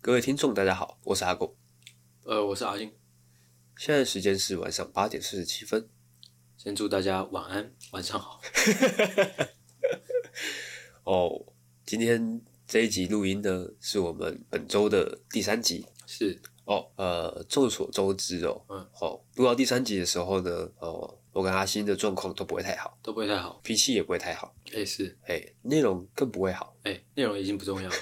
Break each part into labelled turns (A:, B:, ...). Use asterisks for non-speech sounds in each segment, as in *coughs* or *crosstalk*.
A: 各位听众，大家好，我是阿狗。
B: 呃，我是阿信，
A: 现在时间是晚上八点四十七分。
B: 先祝大家晚安，晚上好。
A: 哦，今天这一集录音呢，是我们本周的第三集。
B: 是，
A: 哦，呃，众所周知哦，
B: 嗯，
A: 哦，录到第三集的时候呢，哦，我跟阿星的状况都不会太好，
B: 都不会太好。
A: 脾气也不会太好，
B: 哎、是，
A: 哎，内容更不会好。
B: 哎、内容已经不重要了。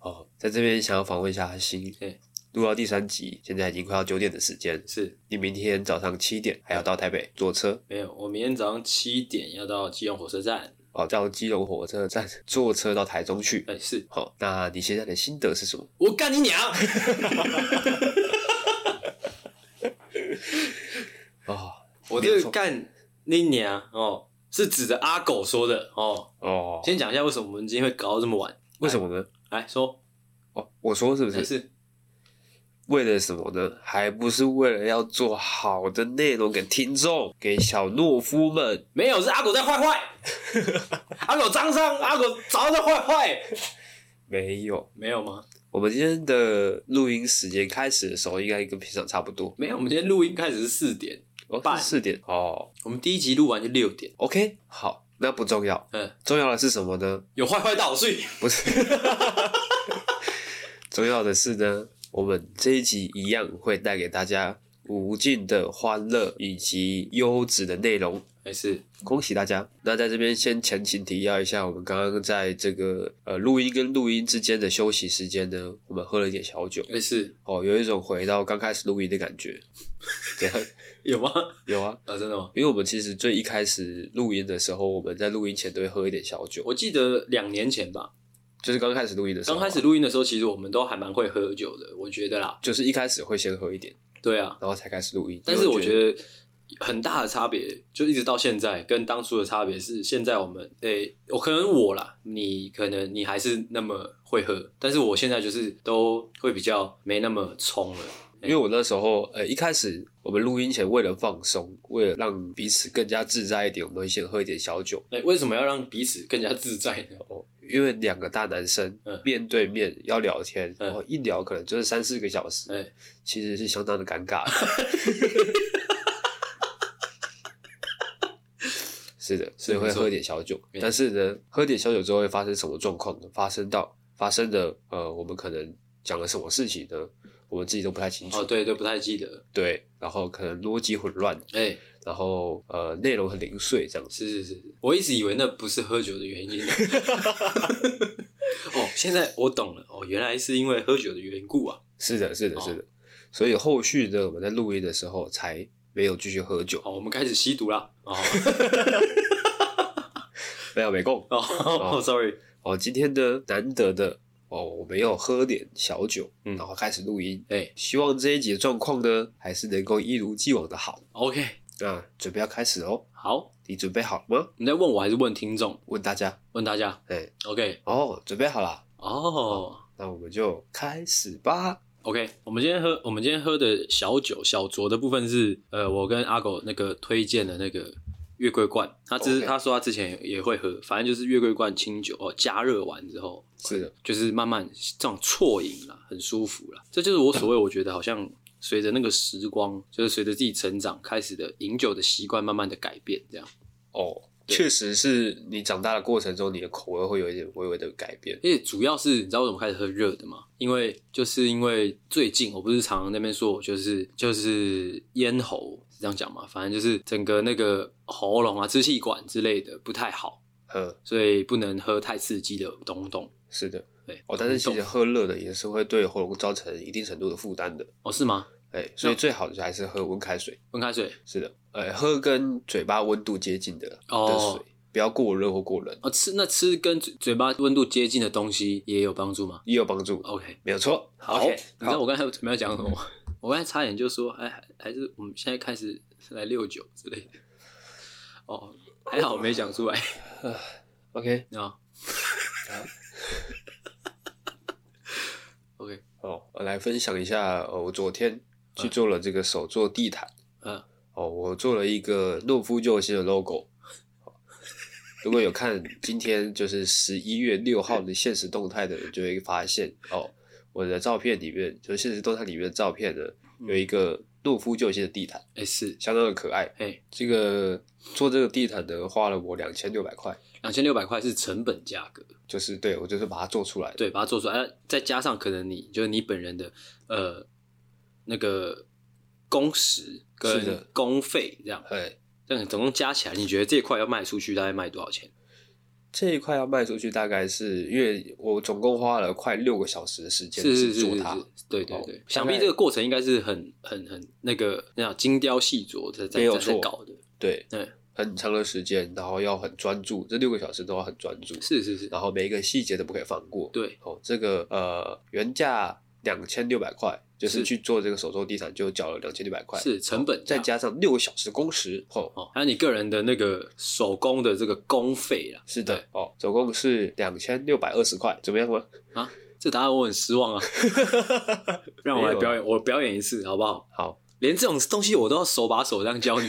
A: 哦，在这边想要访问一下阿星，
B: 哎
A: 录到第三集，现在已经快要九点的时间，
B: 是，
A: 你明天早上七点还要到台北坐车
B: 没有，我明天早上七点要到基隆火车站。
A: 哦，到基隆火车站坐车到台中去。
B: 哎、是
A: 好、那你现在的心得是什么？
B: 我干你娘！
A: 哦
B: 我
A: 没
B: 这
A: 错
B: 个干你娘哦，是指着阿狗说的哦。
A: 哦，
B: 先讲一下为什么我们今天会搞到这么晚。
A: 为什么呢？
B: 来说，
A: 哦，我说是不
B: 哎、
A: 是？
B: 是，
A: 为了什么呢？还不是为了要做好的内容给听众，给小懦夫们。
B: 没有，是阿狗在坏
A: *laughs*
B: 坏。阿狗张上，阿狗早在坏坏。
A: 没有，
B: 没有吗？
A: 我们今天的录音时间开始的时候，应该跟平常差不多，
B: 没有，我们今天录音开始是四点，
A: 哦，
B: 半
A: 四点哦。
B: 我们第一集录完就六点。
A: OK，好，那不重要，
B: 嗯，
A: 重要的是什么呢？
B: 有坏坏到所以
A: 不是，重要的是呢，我们这一集一样会带给大家无尽的欢乐以及优质的内容。
B: 还是
A: 恭喜大家！那在这边先前情提要一下，我们刚刚在这个呃录音跟录音之间的休息时间呢，我们喝了一点小酒，
B: 还是
A: 哦，有一种回到刚开始录音的感
B: *laughs*
A: 觉。怎样？
B: 有吗？
A: 有啊，
B: *laughs* 啊，真的吗？
A: 因为我们其实最一开始录音的时候，我们在录音前都会喝一点小酒，
B: 我记得两年前吧，
A: 就是刚开始录音的时候
B: 刚
A: 啊，
B: 开始录音的时候，其实我们都还蛮会喝酒的，我觉得啦。
A: 就是一开始会先喝一点，
B: 对啊，
A: 然后才开始录音。
B: 但是我
A: 得
B: 觉得很大的差别，就一直到现在跟当初的差别是，现在我们诶、我可能我啦，你可能你还是那么会喝，但是我现在就是都会比较没那么冲了。
A: 因为我那时候，呃，一开始我们录音前为了放松，为了让彼此更加自在一点，我们会先喝一点小酒。
B: 哎、为什么要让彼此更加自在呢？
A: 哦，因为两个大男生
B: 嗯
A: 面对面要聊天，
B: 嗯
A: 然后一聊可能就是三四个小时，
B: 哎、
A: 其实是相当的尴尬 *laughs* 的。是的，所以会
B: 没错嗯
A: 喝一点小酒，
B: 没错
A: 但是呢，喝点小酒之后会发生什么状况呢？发生到发生的呃，我们可能讲了什么事情呢？我们自己都不太清楚。
B: 哦，对对，不太记得。
A: 对，然后可能逻辑混乱，
B: 哎、
A: 然后呃内容很零碎这样子。
B: 是是是，我一直以为那不是喝酒的原因。哦，现在我懂了，哦，原来是因为喝酒的缘故啊。
A: 是的，是的，
B: 哦
A: 是的。所以后续呢，我们在录音的时候才没有继续喝酒，
B: 好，我们开始吸毒啦。哦
A: 没有没空。
B: 哦哦，sorry，
A: 哦，今天呢难得的哦，我们又喝点小酒，
B: 嗯
A: 然后开始录音。
B: 哎、
A: 希望这一集的状况呢，还是能够一如既往的好。
B: o k
A: 那准备要开始哦，
B: 好，
A: 你准备好了吗？
B: 你在问我还是问听众？
A: 问大家，
B: 问大家
A: 哎，
B: ，OK，
A: 哦，准备好了，
B: 哦
A: 那我们就开始吧。
B: ，OK，我们今天喝，我们今天喝的小酒小酌的部分是，呃，我跟阿狗那个推荐的那个。月桂冠，他之
A: OK
B: 他说他之前也会喝，反正就是月桂冠清酒哦，加热完之后，
A: 是的，
B: 就是慢慢这种啜饮啦，很舒服啦。这就是我所谓我觉得好像随着那个时光，就是随着自己成长开始的饮酒的习惯慢慢的改变，这样。
A: 哦，
B: 对
A: 确实是你长大的过程中，你的口味会有一点微微的改变。
B: 而且主要是你知道为什么开始喝热的吗？因为就是因为最近我不是常常那边说我就是就是咽喉是这样讲嘛，反正就是整个那个喉咙啊、支气管之类的不太好，
A: 嗯，
B: 所以不能喝太刺激的东东。
A: 是的。
B: 对，
A: 哦，但是其
B: 东
A: 实
B: 东
A: 喝热的也是会对喉咙造成一定程度的负担的。
B: 哦是吗？
A: 哎，所以
B: 那
A: 最好就还是喝温开水。
B: 温开水
A: 是的，呃，喝跟嘴巴温度接近的的
B: 哦
A: 水，不要过热或过冷，
B: 哦吃那吃跟嘴嘴巴温度接近的东西也有帮助吗
A: 也有帮助。
B: ？OK，
A: 没有错，好
B: OK，你知道
A: 好
B: 我刚才准备要讲什么吗？ *laughs* 我刚才差点就说，哎，还还是我们现在开始来六九之类的。哦，还好我没讲出来
A: ，OK，
B: 啊。OK，
A: 哦，我来分享一下，呃，我昨天去做了这个手做地毯，
B: 嗯，
A: 哦，我做了一个懦夫救星的 logo，如果有看今天就是十一月六号的现实动态的人，就会发现哦，我的照片里面就是现实动态里面的照片呢，有一个懦夫救星的地毯，
B: 哎、是，
A: 相当的可爱。
B: 哎，
A: 这个做这个地毯呢，花了我两千六百块，
B: 两千六百块是成本价格，
A: 就是对我就是把它做出来的。
B: 对，把它做出来，啊再加上可能你就是你本人的呃那个工时
A: 是
B: 跟
A: 的
B: 工费这样，
A: 哎，
B: 这样总共加起来，你觉得这一块要卖出去大概卖多少钱？
A: 这一块要卖出去，大概是因为我总共花了快六个小时的时间
B: 是是
A: 制
B: 是
A: 作
B: 是
A: 它。
B: 是对对
A: 哦
B: 对，
A: 大
B: 想必
A: 概
B: 这个过程应该是很很很那个那样精雕细琢在
A: 没
B: 在
A: 有
B: 在在
A: 错
B: 搞的，
A: 对，
B: 对，
A: 很长的时间，然后要很专注，这六个小时都要很专注，
B: 是是是，
A: 然后每一个细节都不可以放过。
B: 对，
A: 哦，这个呃原价两千六百块，就是
B: 是
A: 去做这个手做地毯就缴了两千六百块，
B: 是成本
A: 再
B: 价
A: 加上六个小时工时，哦，
B: 哦，还有你个人的那个手工的这个工费啦，
A: 是
B: 对
A: 的，哦，总共是两千六百二十块，怎么样吗？
B: 啊，这答案我很失
A: *laughs*
B: 望啊！让我来表演，我表演一次好不好？
A: 好，
B: 连这种东西我都要手把手这样
A: *laughs*
B: 教你，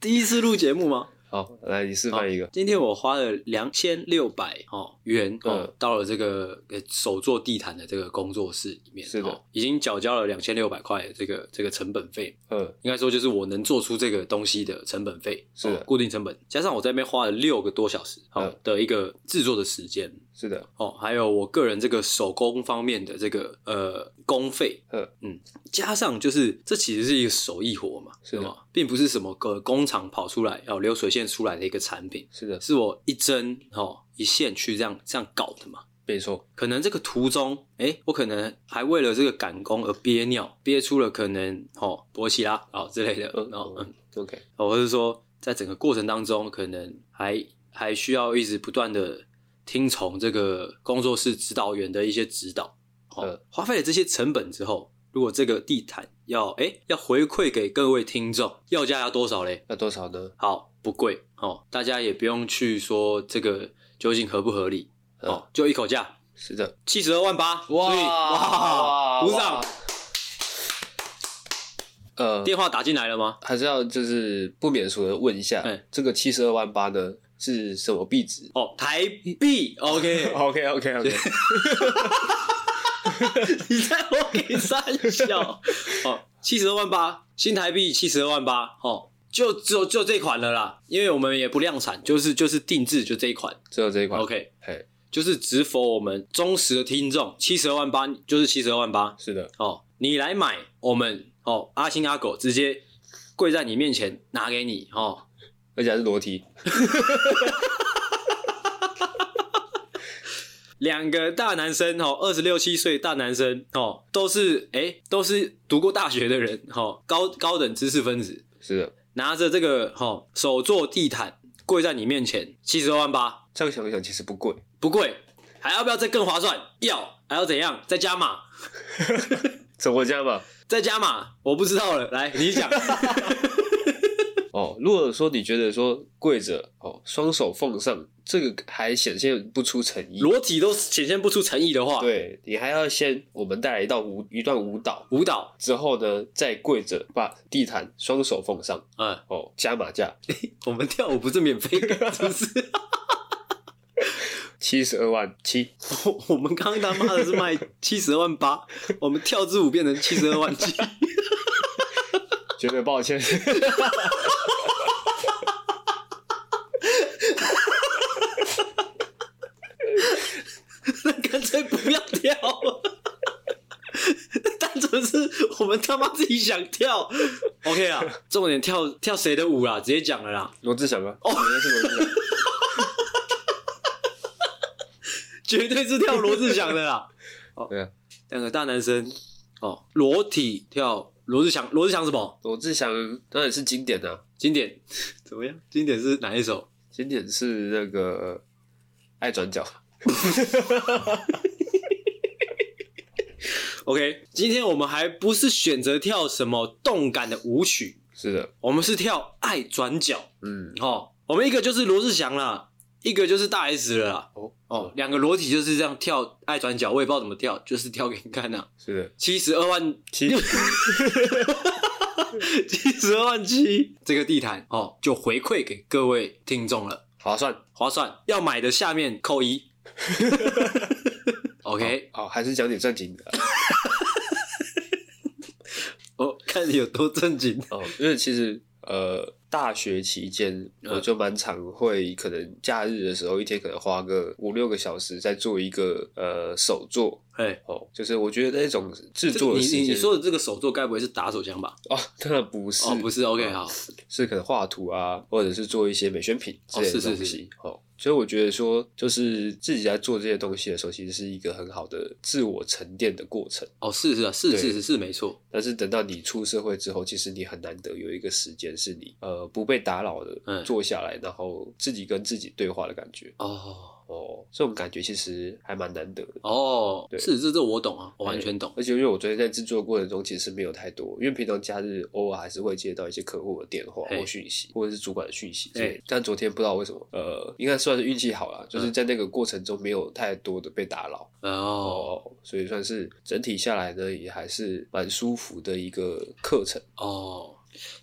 B: 第一次录节目吗？
A: 好，来你示范一个，
B: 今天我花了两千六百哦元哦、
A: 嗯
B: 到了这个呃手做地毯的这个工作室里面，
A: 是的
B: 哦已经缴交了两千六百块的这个这个成本费，
A: 嗯，
B: 应该说就是我能做出这个东西的成本费，
A: 是的
B: 哦固定成本，加上我在那边花了六个多小时，好、
A: 嗯
B: 的一个制作的时间，
A: 是的，
B: 哦，还有我个人这个手工方面的这个呃工费，
A: 嗯
B: 嗯，加上就是这其实是一个手艺活嘛，
A: 是的
B: 吗？并不是什么个工厂跑出来哦流水线出来的一个产品，
A: 是的，
B: 是我一针哦一线去这样这样搞的嘛。
A: 没错，
B: 可能这个途中，哎，我可能还为了这个赶工而憋尿，憋出了可能哦勃起啦哦之类的，
A: 嗯
B: 哦嗯，
A: ，OK，
B: 哦，或者说在整个过程当中，可能还还需要一直不断的听从这个工作室指导员的一些指导。好、
A: 嗯
B: 花费了这些成本之后，如果这个地毯要哎、要回馈给各位听众，要价要多少嘞？
A: 那多少呢？
B: 好，不贵哦，大家也不用去说这个究竟合不合理
A: 嗯
B: 哦，就一口价
A: 是的，
B: 七十二万八，所以
A: 哇
B: 哇，鼓掌！
A: 呃，
B: 电话打进来了吗？
A: 还是要就是不免俗的问一下
B: 哎，
A: 这个七十二万八呢是什么币
B: *laughs*
A: 值
B: 哦，台币，OK，
A: *laughs* ？OK OK OK，
B: 你在我给三小哦，七十二万八，新台币七十二万八哦，就只有就这款了啦，因为我们也不量产，就是就是定制就这一款
A: 只有这一款。
B: ，OK，
A: 嘿，
B: 就是直否我们忠实的听众，七十二万八就是七十二万八
A: 是的，
B: 哦，你来买我们哦，阿星阿狗直接跪在你面前拿给你哦，
A: 而且还是裸体。
B: 两个大男生哦，二十六七岁大男生哦，都是哎、都是读过大学的人哦，高高等知识分子。
A: 是的，
B: 拿着这个哈、吼手做地毯跪在你面前，七十二万八
A: 这样想一想其实不贵。
B: 不贵，还要不要再更划算？要，还要怎样？再加码，
A: 怎么样吧？
B: 再加码，我不知道了。来，你讲，
A: 哦，如果说你觉得说跪着哦，双手奉上，这个还显现不出诚意。
B: 裸体都显现不出诚意的话，
A: 对你还要先我们带来一道舞一段舞蹈，
B: 舞蹈，
A: 之后呢再跪着把地毯双手奉上
B: 嗯，
A: 哦，加码价
B: 我们跳舞不是
A: *laughs*
B: 免费的，是不是？
A: 七十二万七，
B: 我我们刚刚他妈的是卖七十二万八，我们跳支舞变成七十二万七，
A: 绝对抱歉。
B: 那干脆不要跳了。单纯是我们他妈自己想跳，OK 啦。重点跳跳谁的舞啦，直接讲了啦，
A: 罗志祥啊，哦，原来是罗志祥。
B: 绝对是跳罗志祥的啦。哦
A: 对啊，
B: 两个大男生哦，裸体跳罗志祥，罗志祥什么
A: 罗志祥当然是经典的、啊，
B: 经典？怎么样？经典是哪一首？
A: 经典是那个爱转角。
B: OK，今天我们还不是选择跳什么动感的舞曲，
A: 是的，
B: 我们是跳爱转角
A: 嗯，
B: 哦。我们一个就是罗志祥啦，一个就是大 S 了啦。
A: 哦
B: 哦，，两个裸体就是这样跳爱转角，我也不知道怎么跳，就是跳给你看呐、啊。
A: 是的，
B: 七十二万， *laughs*
A: 七
B: 七十二万七，这个地毯哦，就回馈给各位听众了
A: 划啊算
B: 划算。要买的下面
A: *laughs*
B: 扣一。OK，
A: 哦，还是讲点正经的啊
B: 我、哦看你有多正经。
A: 哦，因为其实呃，大学期间
B: 嗯
A: 我就蛮常会，可能假日的时候一天可能花个五六个小时在做一个呃手作
B: 哎，
A: 哦，就是我觉得那种制
B: 这
A: 作
B: 你
A: 的时
B: 你
A: 间
B: 你说的这个手作，该不会是打手枪吧？
A: 哦，当然不是，嗯
B: 哦，不是，OK，好，
A: 是可能画图啊，或者是做一些美宣品之类
B: 哦是
A: 的
B: 是
A: 东
B: 是
A: 西。哦所以我觉得说，就是自己在做这些东西的时候，其实是一个很好的自我沉淀的过程。
B: 哦，是是啊，是
A: 对
B: 是是是没错，
A: 但是等到你出社会之后，其实你很难得有一个时间是你呃不被打扰的
B: 嗯
A: 坐下来，然后自己跟自己对话的感觉。
B: 哦
A: 哦，这种感觉其实还蛮难得的。
B: 哦，
A: 对
B: 是这这我懂啊，我完全懂。
A: 而且因为我昨天在制作过程中，其实没有太多，因为平常假日偶尔还是会接到一些客户的电话
B: 嘿
A: 或讯息，或者是主管的讯息之
B: 嘿
A: 类的。但昨天不知道为什么，呃，应该算是运气好了，就是在那个过程中没有太多的被打扰
B: 嗯哦
A: 哦，所以算是整体下来呢，也还是蛮舒服的一个课程。
B: 哦，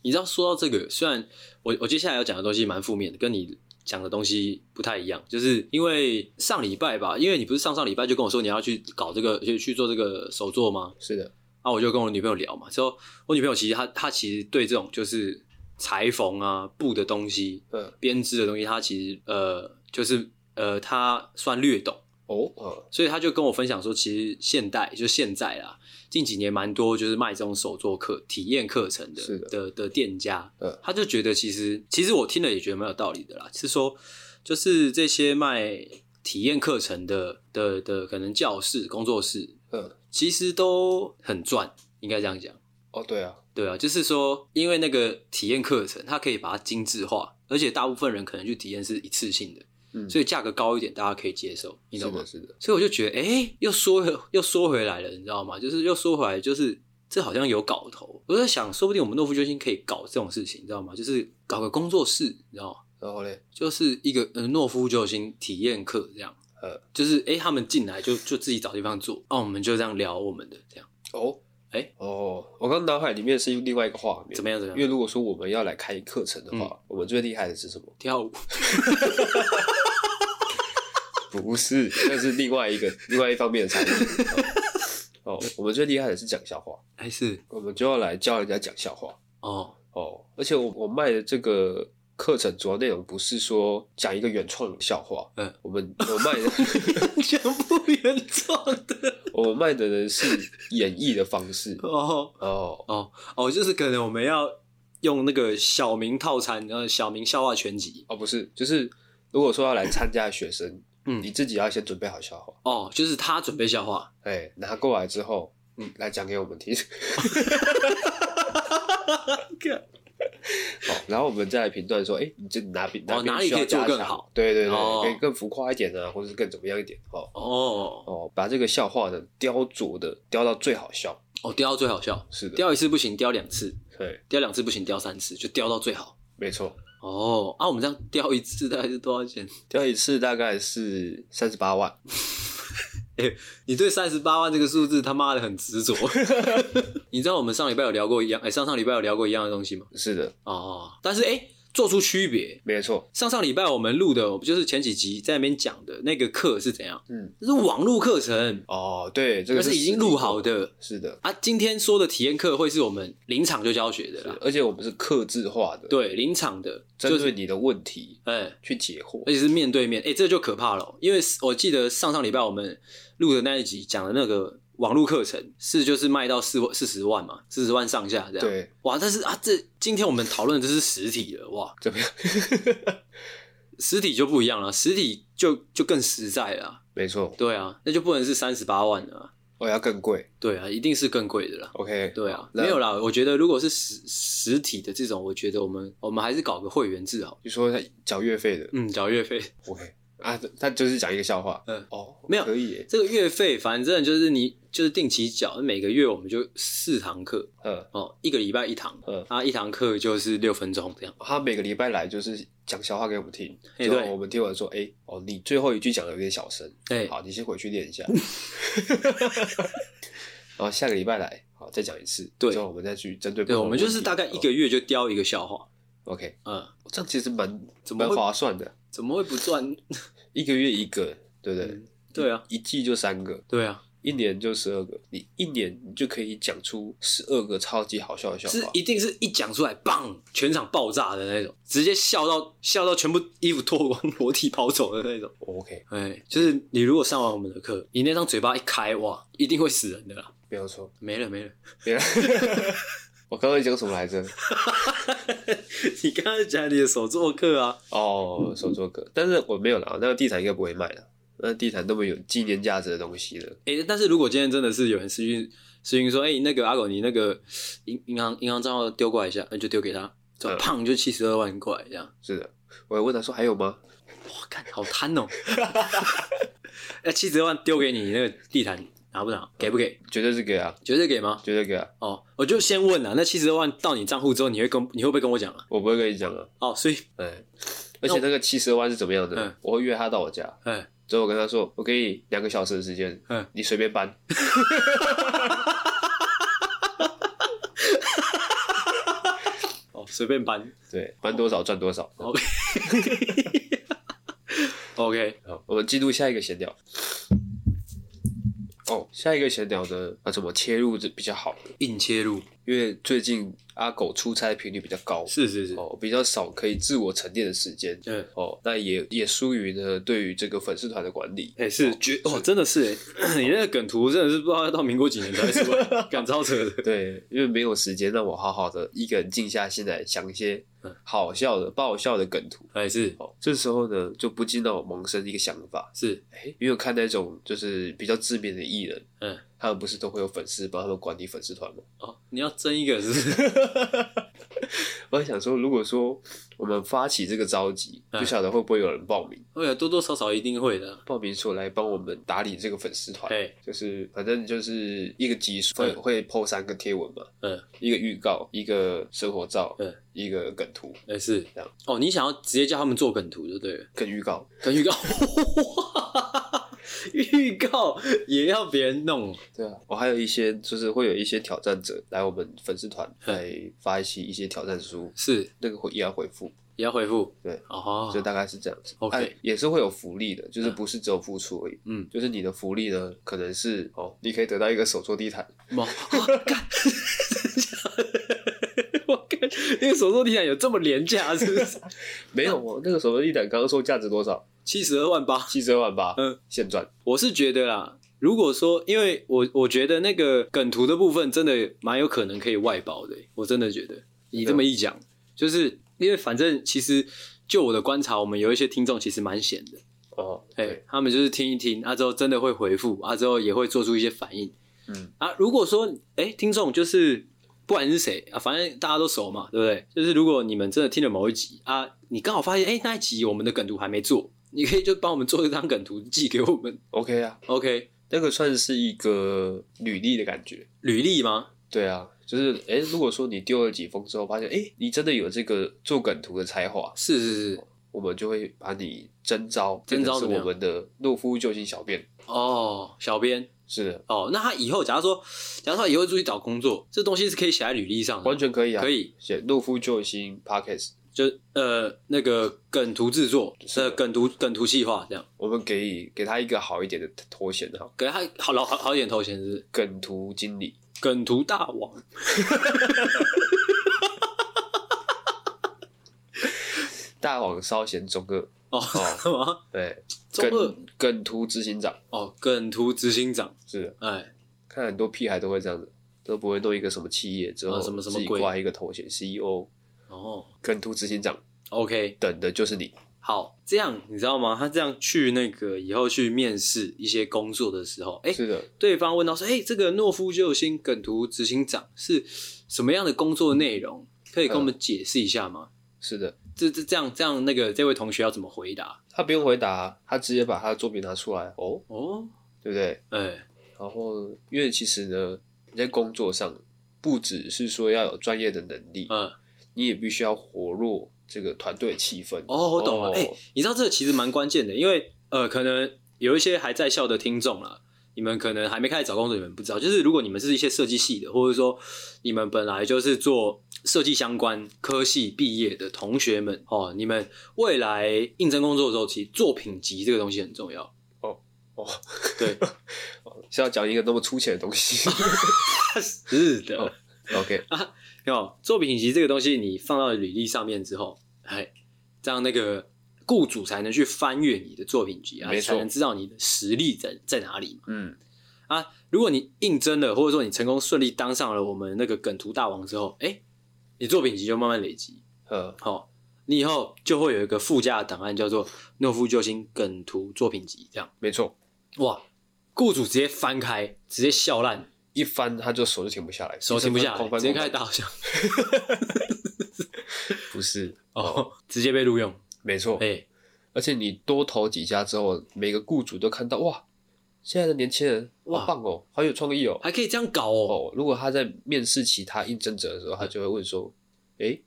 B: 你知道说到这个，虽然我我接下来要讲的东西蛮负面的，跟你讲的东西不太一样，就是因为上礼拜吧，因为你不是上上礼拜就跟我说你要去搞这个，去去做这个手作吗？
A: 是的，
B: 啊，我就跟我女朋友聊嘛，之后我女朋友其实她她其实对这种就是裁缝啊布的东西、
A: 嗯，
B: 编织的东西，她其实呃就是呃她算略懂。
A: 哦，呃，
B: 所以他就跟我分享说，其实现代就现在啦，近几年蛮多就是卖这种手作课、体验课程的
A: 是的
B: 的的店家，
A: 嗯
B: 他就觉得其实其实我听了也觉得蛮有道理的啦，是说就是这些卖体验课程的的的可能教室、工作室，
A: 嗯，
B: 其实都很赚，应该这样讲。
A: 哦，对啊，
B: 对啊，就是说，因为那个体验课程，它可以把它精致化，而且大部分人可能去体验是一次性的，
A: 嗯
B: 所以价格高一点，大家可以接受，你
A: 是
B: 懂吗
A: 的，？是的，
B: 所以我就觉得，哎、又说回又说回来了，你知道吗？就是又说回来，就是这好像有搞头。我在想，说不定我们诺夫救星可以搞这种事情，你知道吗？就是搞个工作室，你知道吗？
A: 然后嘞，
B: 就是一个呃诺夫救星体验课这样。
A: 呃，
B: 就是哎、诶他们进来就就自己找地方做，那、我们就这样聊我们的这样，
A: 哦，
B: 哎
A: 哦，我刚脑海里面是另外一个画面，
B: 怎么样嗯怎么
A: 因为
B: 样？
A: 如果说我们要来开课程的话，我们最厉害的是什么？
B: 跳舞，
A: *laughs* 不是，那是另外一个另外一方面的才艺。哦，我们最厉害的是讲笑话，
B: 还是
A: 我们就要来教人家讲笑话。
B: 哦
A: 哦，而且我我卖的这个课程主要内容不是说讲一个原创的笑话，
B: 嗯，
A: 我们我卖的
B: 全部原创的
A: 我们卖的呢是演绎的方式。
B: 哦
A: 哦，
B: 哦哦，就是可能我们要用那个小明套餐，呃，小明笑话全集
A: 哦，不是，就是如果说要来参加的学生，
B: 嗯
A: 你自己要先准备好笑话，
B: 哦，就是他准备笑话，
A: 哎，拿过来之后，嗯，来讲给我
B: *laughs*
A: 们听。好，然后我们再来评断说，哎、你这哪边
B: 哦
A: 边
B: 哪里
A: 需要
B: 可以做
A: 加
B: 更
A: 强
B: 好？
A: 对对对，
B: 哦
A: 可以更浮夸一点啊，或者是更怎么样一点？哦
B: 哦
A: 哦，把这个笑话呢雕琢的雕到最好笑，
B: 哦，雕到最好笑，
A: 是的，
B: 雕一次不行，雕两次，
A: 对，
B: 雕两次不行，雕三次，就雕到最好。
A: 没错，
B: 哦，啊，我们这样雕一次大概是多少钱？
A: 雕一次大概是三十八万，
B: 你对三十八万这个数字他妈的很
A: *laughs*
B: 执着。你知道我们上礼拜有聊过一样，哎、上上礼拜有聊过一样的东西吗？
A: 是的，
B: 哦，但是哎、做出区别。
A: 没错，
B: 上上礼拜我们录的，就是前几集在那边讲的那个课是怎样？
A: 嗯，
B: 这是网络课程，
A: 哦，对，这个
B: 那是已
A: 实
B: 经
A: 体
B: 录好
A: 的，
B: 的
A: 是的，
B: 啊。今天说的体验课会是我们临场就教学的
A: 是的
B: 啦，
A: 而且我们是刻制化的，，
B: 啊对，临场的，
A: 针
B: 就
A: 对
B: 是
A: 你的问题
B: 哎、
A: 去解惑，
B: 而且是面对面，哎、这就可怕了哦、因为我记得上上礼拜我们录的那一集讲的那个网络课程是就是卖到四四十万嘛，四十万上下这样。，
A: 对，
B: 哇，但是啊，这今天我们讨论的这是实体的，哇，
A: 怎么样？ *laughs*
B: 实体就不一样了，实体就就更实在了。
A: 没错，
B: 对啊，那就不能是三十八万了啊。
A: 我要更贵
B: 对啊，一定是更贵的啦。
A: ，OK，
B: 对啊，
A: 那
B: 没有啦。我觉得如果是实实体的这种，我觉得我们我们还是搞个会员制好了。
A: 你说他缴月费的
B: 嗯，缴月费。
A: ，OK 啊，他就是讲一个笑话，
B: 嗯，
A: 哦，
B: 没有
A: 可以耶，
B: 这个月费反正就是你就是定期缴，每个月我们就四堂课
A: 嗯
B: 哦，一个礼拜一堂，
A: 嗯，
B: 啊，一堂课就是六分钟这样。
A: 他每个礼拜来就是讲笑话给我们听，
B: 嘿
A: 然
B: 对
A: 后我们听完说，哎，哦，你最后一句讲的有点小声，
B: 哎、
A: 好，你先回去练一
B: *laughs*
A: 下， *laughs* 然后下个礼拜来，好，再讲一次，
B: 对
A: 之后我们再去针对不
B: 对，
A: 同的
B: 我们就
A: 问
B: 是
A: 题
B: 大概一
A: 哦
B: 个月就雕一个笑话，
A: OK，哦
B: 嗯，
A: 这样其实蛮
B: 怎么
A: 蛮
B: 会
A: 划算的，
B: 怎么会不赚？
A: 一个月一个，对不对？
B: 嗯 *laughs* 对啊，
A: 一季就三个，
B: 对啊，
A: 一年就十二个，你一年你就可以讲出十二个超级好笑的笑
B: 是
A: 话。
B: 一定是一讲出来，棒，全场爆炸的那种，直接笑到笑到全部衣服脱光，裸体跑走的那种。
A: 哦 OK，
B: 哎，就是你如果上完我们的课，你那张嘴巴一开，哇，一定会死人的啦。
A: 没有错。
B: 没了没 *laughs* 了，
A: 别 *laughs* 我刚刚讲什么来着？
B: 你刚才讲你的手作课啊，
A: 哦，手作课，但是我没有拿，那个地毯应该不会卖的。那地毯那么有纪念价值的东西了，
B: 哎、但是如果今天真的是有人私讯私讯说，哎、那个阿狗，你那个银银行银行账号丢过来一下，那就丢给他，就
A: 嗯
B: 胖就七十二万块这样，
A: 是的。我也问他说还有吗？
B: 哇，干好贪哦、
A: *laughs*
B: 哎、七十二万丢给你，那个地毯拿不拿？给不给？
A: 绝对是给啊，
B: 绝对给吗？
A: 绝对给啊，
B: 哦，我就先问了，那七十二万到你账户之后，你会跟你会不会跟我讲啊？
A: 我不会跟你讲啊。
B: 哦，所以，
A: 哎，而且那个七十万是怎么样的？
B: 嗯
A: 我会约他到我家，
B: 哎、
A: 之后我跟他说，我给你两个小时的时间，
B: 嗯
A: 你随便搬。
B: 哦，随便搬
A: 对，搬多少赚多少。
B: 哦，OK，
A: 好，我们进入下一个闲聊。哦，下一个闲聊呢，啊，怎么切入这比较好呢？
B: 硬切入，
A: 因为最近阿狗出差的频率比较高，
B: 是是是，
A: 哦，比较少可以自我沉淀的时间。
B: 嗯。
A: 哦，那也也疏于呢对于这个粉丝团的管理。
B: 哎、是绝哦，真的是哎、 *coughs* 你那个梗图真的是不知道要到民国几年才会出来，
A: *laughs*
B: 赶超扯的。
A: 对，因为没有时间让我好好的一个人静下心来想一些
B: 嗯
A: 好笑的、爆笑的梗图。
B: 哎、是
A: 哦，这时候呢，就不禁让我萌生一个想法，
B: 是，
A: 诶，因为我看那种就是比较知名的艺人，
B: 嗯，
A: 他们不是都会有粉丝帮他们管理粉丝团吗？
B: 哦，你要争一个是不是？ *laughs*
A: 我在想说，如果说我们发起这个召集，
B: 嗯
A: 不晓得会不会有人报名，
B: 会啊，多多少少一定会的。
A: 报名说来帮我们打理这个粉丝团，
B: 哎
A: 就是反正就是一个集数会
B: 嗯
A: 会 PO 三个贴文嘛，
B: 嗯，
A: 一个预告，一个生活照，
B: 嗯，
A: 一个梗图，
B: 哎、是
A: 这样
B: 哦，你想要直接叫他们做梗图就对了，
A: 跟预告，
B: 跟预告， *laughs* 预告也要别人弄。
A: 对啊，我还有一些就是会有一些挑战者来我们粉丝团
B: 嗯
A: 来发一些一些挑战书，
B: 是
A: 那个会也要回复，
B: 也要回复，
A: 对，
B: 哦
A: 就，大概是这样子。
B: OK
A: 哎也是会有福利的，就是不是只有付出而已。
B: 嗯，
A: 就是你的福利呢，可能是哦，你可以得到一个手做地毯，
B: 哇， *laughs* 啊干我看那个手作地毯有这么廉价，是不是？
A: 没
B: 嗯
A: 有哦，那个手做地毯刚刚说价值多少？
B: 七十二万八，
A: 七十二万八，
B: 嗯，
A: 现赚。
B: 我是觉得啦，如果说，因为我我觉得那个梗图的部分真的蛮有可能可以外包的欸、我真的觉得你这么一讲，就是因为反正其实就我的观察，我们有一些听众其实蛮闲的，
A: 哦，
B: 哎、，他们就是听一听，啊之后真的会回复，啊之后也会做出一些反应，
A: 嗯
B: 啊，如果说哎、听众就是不管是谁啊，反正大家都熟嘛，对不对？就是如果你们真的听了某一集啊，你刚好发现哎、那一集我们的梗图还没做，你可以就帮我们做一张梗图寄给我们
A: ，OK 啊，
B: ，OK。
A: 那个算是一个履历的感觉。
B: 履历吗？
A: 对啊，就是哎，如果说你丢了几封之后，发现哎，你真的有这个做梗图的才华，
B: 是是是，
A: 我们就会把你征召，
B: 征召
A: 变成是
B: 怎么样
A: 我们的懦夫救星小便。
B: 哦，小编
A: 是的，
B: 哦，那他以后假如说，假如说他以后出去找工作，这东西是可以写在履历上的，
A: 完全可以啊，
B: 可以，
A: 写懦夫救星 Pockets，
B: 就呃那个梗图制作，
A: 是
B: 呃梗图梗图计划这样，
A: 我们给给他一个好一点的头衔哈，
B: 给他好老好好一点头衔是不是
A: 梗图经理。
B: 梗图大王，
A: 大王稍嫌中二，
B: 哦，
A: 哦
B: 什么
A: 对，
B: 中二
A: 梗梗图执行长
B: 哦，梗图执行长，
A: 是的，
B: 哎，
A: 看很多屁孩都会这样子，都不会弄一个什么企业之后，
B: 啊什么什么
A: 自己
B: 鬼
A: 挂一个头衔 CEO，
B: 哦
A: 梗图执行长，
B: ，OK，
A: 等的就是你。
B: 好，这样你知道吗？他这样去那个以后去面试一些工作的时候，哎、
A: 是的，
B: 对方问到说：“哎、这个诺夫救星梗图执行长是什么样的工作内容？可以跟我们解释一下吗？”
A: 是的，
B: 这这这样这样，那个这位同学要怎么回答？
A: 他不用回答、他直接把他的作品拿出来哦，
B: 哦，
A: 对不对？
B: 哎、
A: 然后因为其实呢，你在工作上不只是说要有专业的能力，
B: 嗯，
A: 你也必须要活络这个团队气氛。
B: 哦，我懂了。
A: 哦
B: 哎、你知道这个其实蛮关键的，因为呃，可能有一些还在校的听众啦，你们可能还没开始找工作，你们不知道。就是如果你们是一些设计系的，或者说你们本来就是做设计相关科系毕业的同学们，哦，你们未来应征工作的时候，其实作品集这个东西很重要。
A: 哦， *laughs*
B: 对，
A: 是要讲一个那么粗浅的东
B: *laughs*
A: 西。
B: 是的。
A: 哦 OK，
B: 哦，作品集这个东西，你放到履历上面之后，哎，这样那个雇主才能去翻阅你的作品集啊，
A: 没错
B: 才能知道你的实力在在哪里嘛。
A: 嗯，
B: 啊，如果你应征了，或者说你成功顺利当上了我们那个梗图大王之后，哎，你作品集就慢慢累积，
A: 呃，
B: 好、你以后就会有一个附加的档案叫做《诺夫救星梗图作品集》，这样
A: 没错，
B: 哇，雇主直接翻开，直接笑烂，
A: 一翻他就手就停不下来，
B: 手停不下
A: 一
B: 来
A: 直，翻
B: 直接
A: 狂
B: 开始
A: 翻狂翻 *laughs*
B: 打好像
A: 不是，
B: 哦，直接被录用，
A: 没错。
B: 哎、
A: 而且你多投几家之后，每个雇主都看到哇，现在的年轻人
B: 哇
A: 好棒哦，好有创意哦。
B: 还可以这样搞哦，
A: 哦，如果他在面试其他应征者的时候，他就会问说：“诶，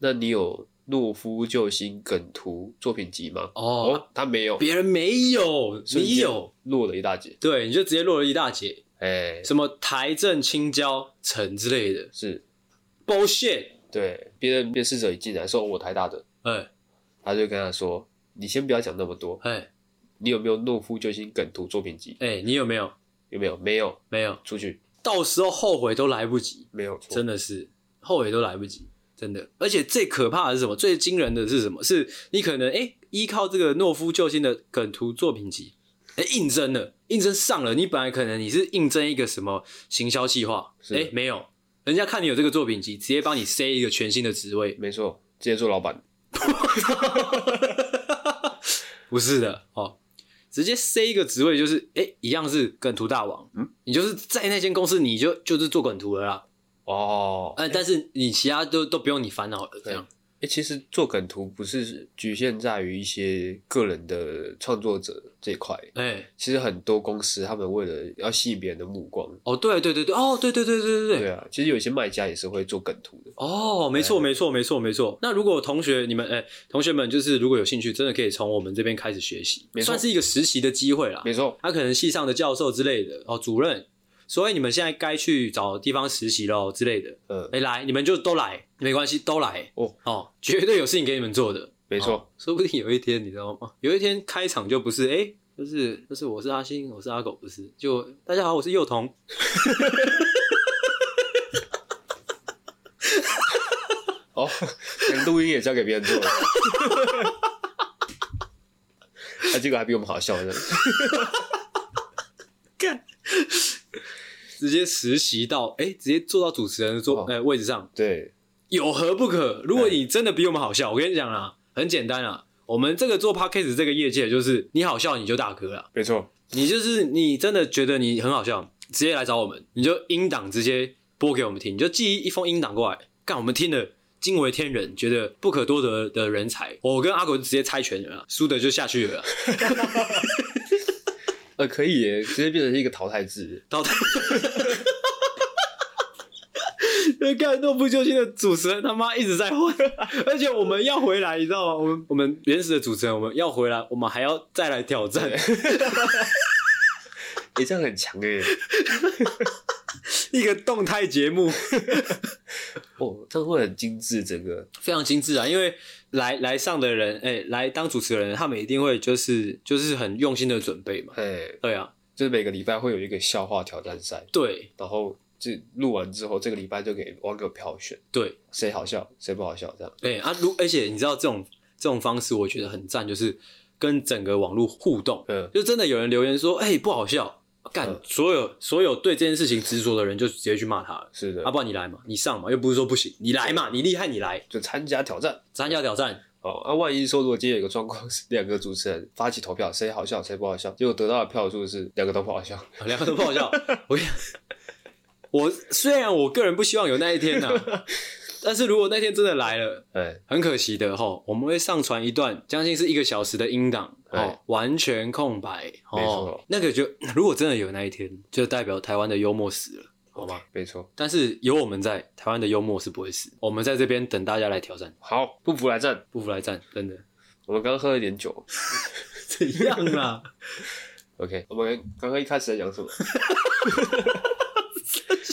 A: 那你有懦夫救星梗图作品集吗？”
B: 哦，
A: 哦，他没有，
B: 别人没有，
A: 瞬
B: 你
A: 间
B: 有，
A: 落了一大截。
B: 对，你就直接落了一大截，
A: 哎，
B: 什么台政、青椒、城之类的
A: 是
B: bullshit，
A: 对，别人面试者一进来说：“我台大的。
B: 哎”
A: 他就跟他说：“你先不要讲那么多，
B: 哎
A: 你有没有懦夫救星梗图作品集？
B: 哎，你有没有？
A: 有没有？没有，
B: 没有，
A: 出去，
B: 到时候后悔都来不及，
A: 没有错。
B: 真的是后悔都来不及，真的。而且最可怕的是什么？最惊人的是什么？是你可能哎、依靠这个懦夫救星的梗图作品集，哎、应征了，应征上了。你本来可能你是应征一个什么行销计划，
A: 是
B: 哎、没有，人家看你有这个作品集，直接帮你塞一个全新的职位。
A: 没错，直接做老板。
B: 不是的哦，直接塞一个职位就是，哎、一样是梗图大王，
A: 嗯
B: 你就是在那间公司你就就是做梗图了啦，
A: 哦，
B: 呃，但是你其他都都不用你烦恼了，这样
A: 哎、其实做梗图不是局限在于一些个人的创作者这一块，
B: 哎、
A: 其实很多公司他们为了要吸引别人的目光，
B: 哦，对对对对，哦，对对对对对
A: 对
B: 对，
A: 啊，其实有一些卖家也是会做梗图的。
B: 哦，没错没错没错没错。那如果同学你们哎、同学们就是如果有兴趣，真的可以从我们这边开始学习
A: 没，错
B: 算是一个实习的机会啦。
A: 没错，
B: 他、可能系上的教授之类的哦，主任，所以你们现在该去找地方实习喽之类的。
A: 呃，
B: 哎、来，你们就都来，没关系，都来
A: 哦
B: 哦，绝对有事情给你们做的。
A: 没
B: 哦
A: 错，
B: 说不定有一天你知道吗？有一天开场就不是哎、就是就是我是阿星，我是阿狗，不是就大家好，我是幼童。
A: 哦， *laughs* 连录音也交给别人 *laughs* 做了，那、这个啊还比我们好笑呢。
B: 直接实习到哎、直接坐到主持人的座
A: 哦
B: 哎、位置上，
A: 对，
B: 有何不可？如果你真的比我们好笑，我跟你讲啦，很简单啊。我们这个做 podcast 这个业界，就是你好笑你就大哥啦，
A: 没错，
B: 你就是你真的觉得你很好笑，直接来找我们，你就音档直接播给我们听，你就寄一封音档过来，干我们听了惊为天人，觉得不可多得的人才，我跟阿狗就直接猜拳了啦，输的就下去了啦，
A: 呃，可以耶，直接变成一个淘汰制。
B: 淘汰。看诺夫救星的主持人他妈一直在换，而且我们要回来，你知道吗？我们我们原始的主持人我们要回来，我们还要再来挑战，
A: 哎、这样很强哎，
B: 一个动态节目，
A: 哦，这样会很精致，整个
B: 非常精致啊！因为来来上的人，哎、来当主持人，他们一定会就是就是很用心的准备嘛。
A: 哎、
B: 对啊，
A: 就是每个礼拜会有一个笑话挑战赛，
B: 对
A: 然后这录完之后，这个礼拜就给网友票选，
B: 对，
A: 谁好笑，谁不好笑，这样。
B: 哎、啊，如而且你知道这种这种方式，我觉得很赞，就是跟整个网络互动，
A: 嗯，
B: 就真的有人留言说，哎、不好笑，干、
A: 嗯
B: 所有所有对这件事情执着的人就直接去骂他了。
A: 是的，
B: 啊，不然你来嘛，你上嘛，又不是说不行，你来嘛，你厉害，你来
A: 就参加挑战。
B: 参加
A: *laughs*
B: 挑战，
A: 哦，那、万一说如果今天有个状况是两个主持人发起投票，谁好笑谁不好笑，结果得到的票数是两个都不好笑，
B: 两个都不好笑。我跟你讲我虽然我个人不希望有那一天呐、
A: *laughs*
B: 但是如果那天真的来了，
A: 哎，
B: 很可惜的吼，我们会上传一段将近是一个小时的音档哦
A: 哎，
B: 完全空白
A: 没
B: 哦
A: 错。
B: 那个就如果真的有那一天，就代表台湾的幽默死了，好吗？
A: 没错。
B: 但是有我们在，台湾的幽默是不会死。我们在这边等大家来挑战，
A: 好，不服来战。
B: 不服来战，真的
A: 我们刚喝了一点酒，
B: 怎样啦？
A: OK，我们刚刚一开始在讲什么？ *laughs*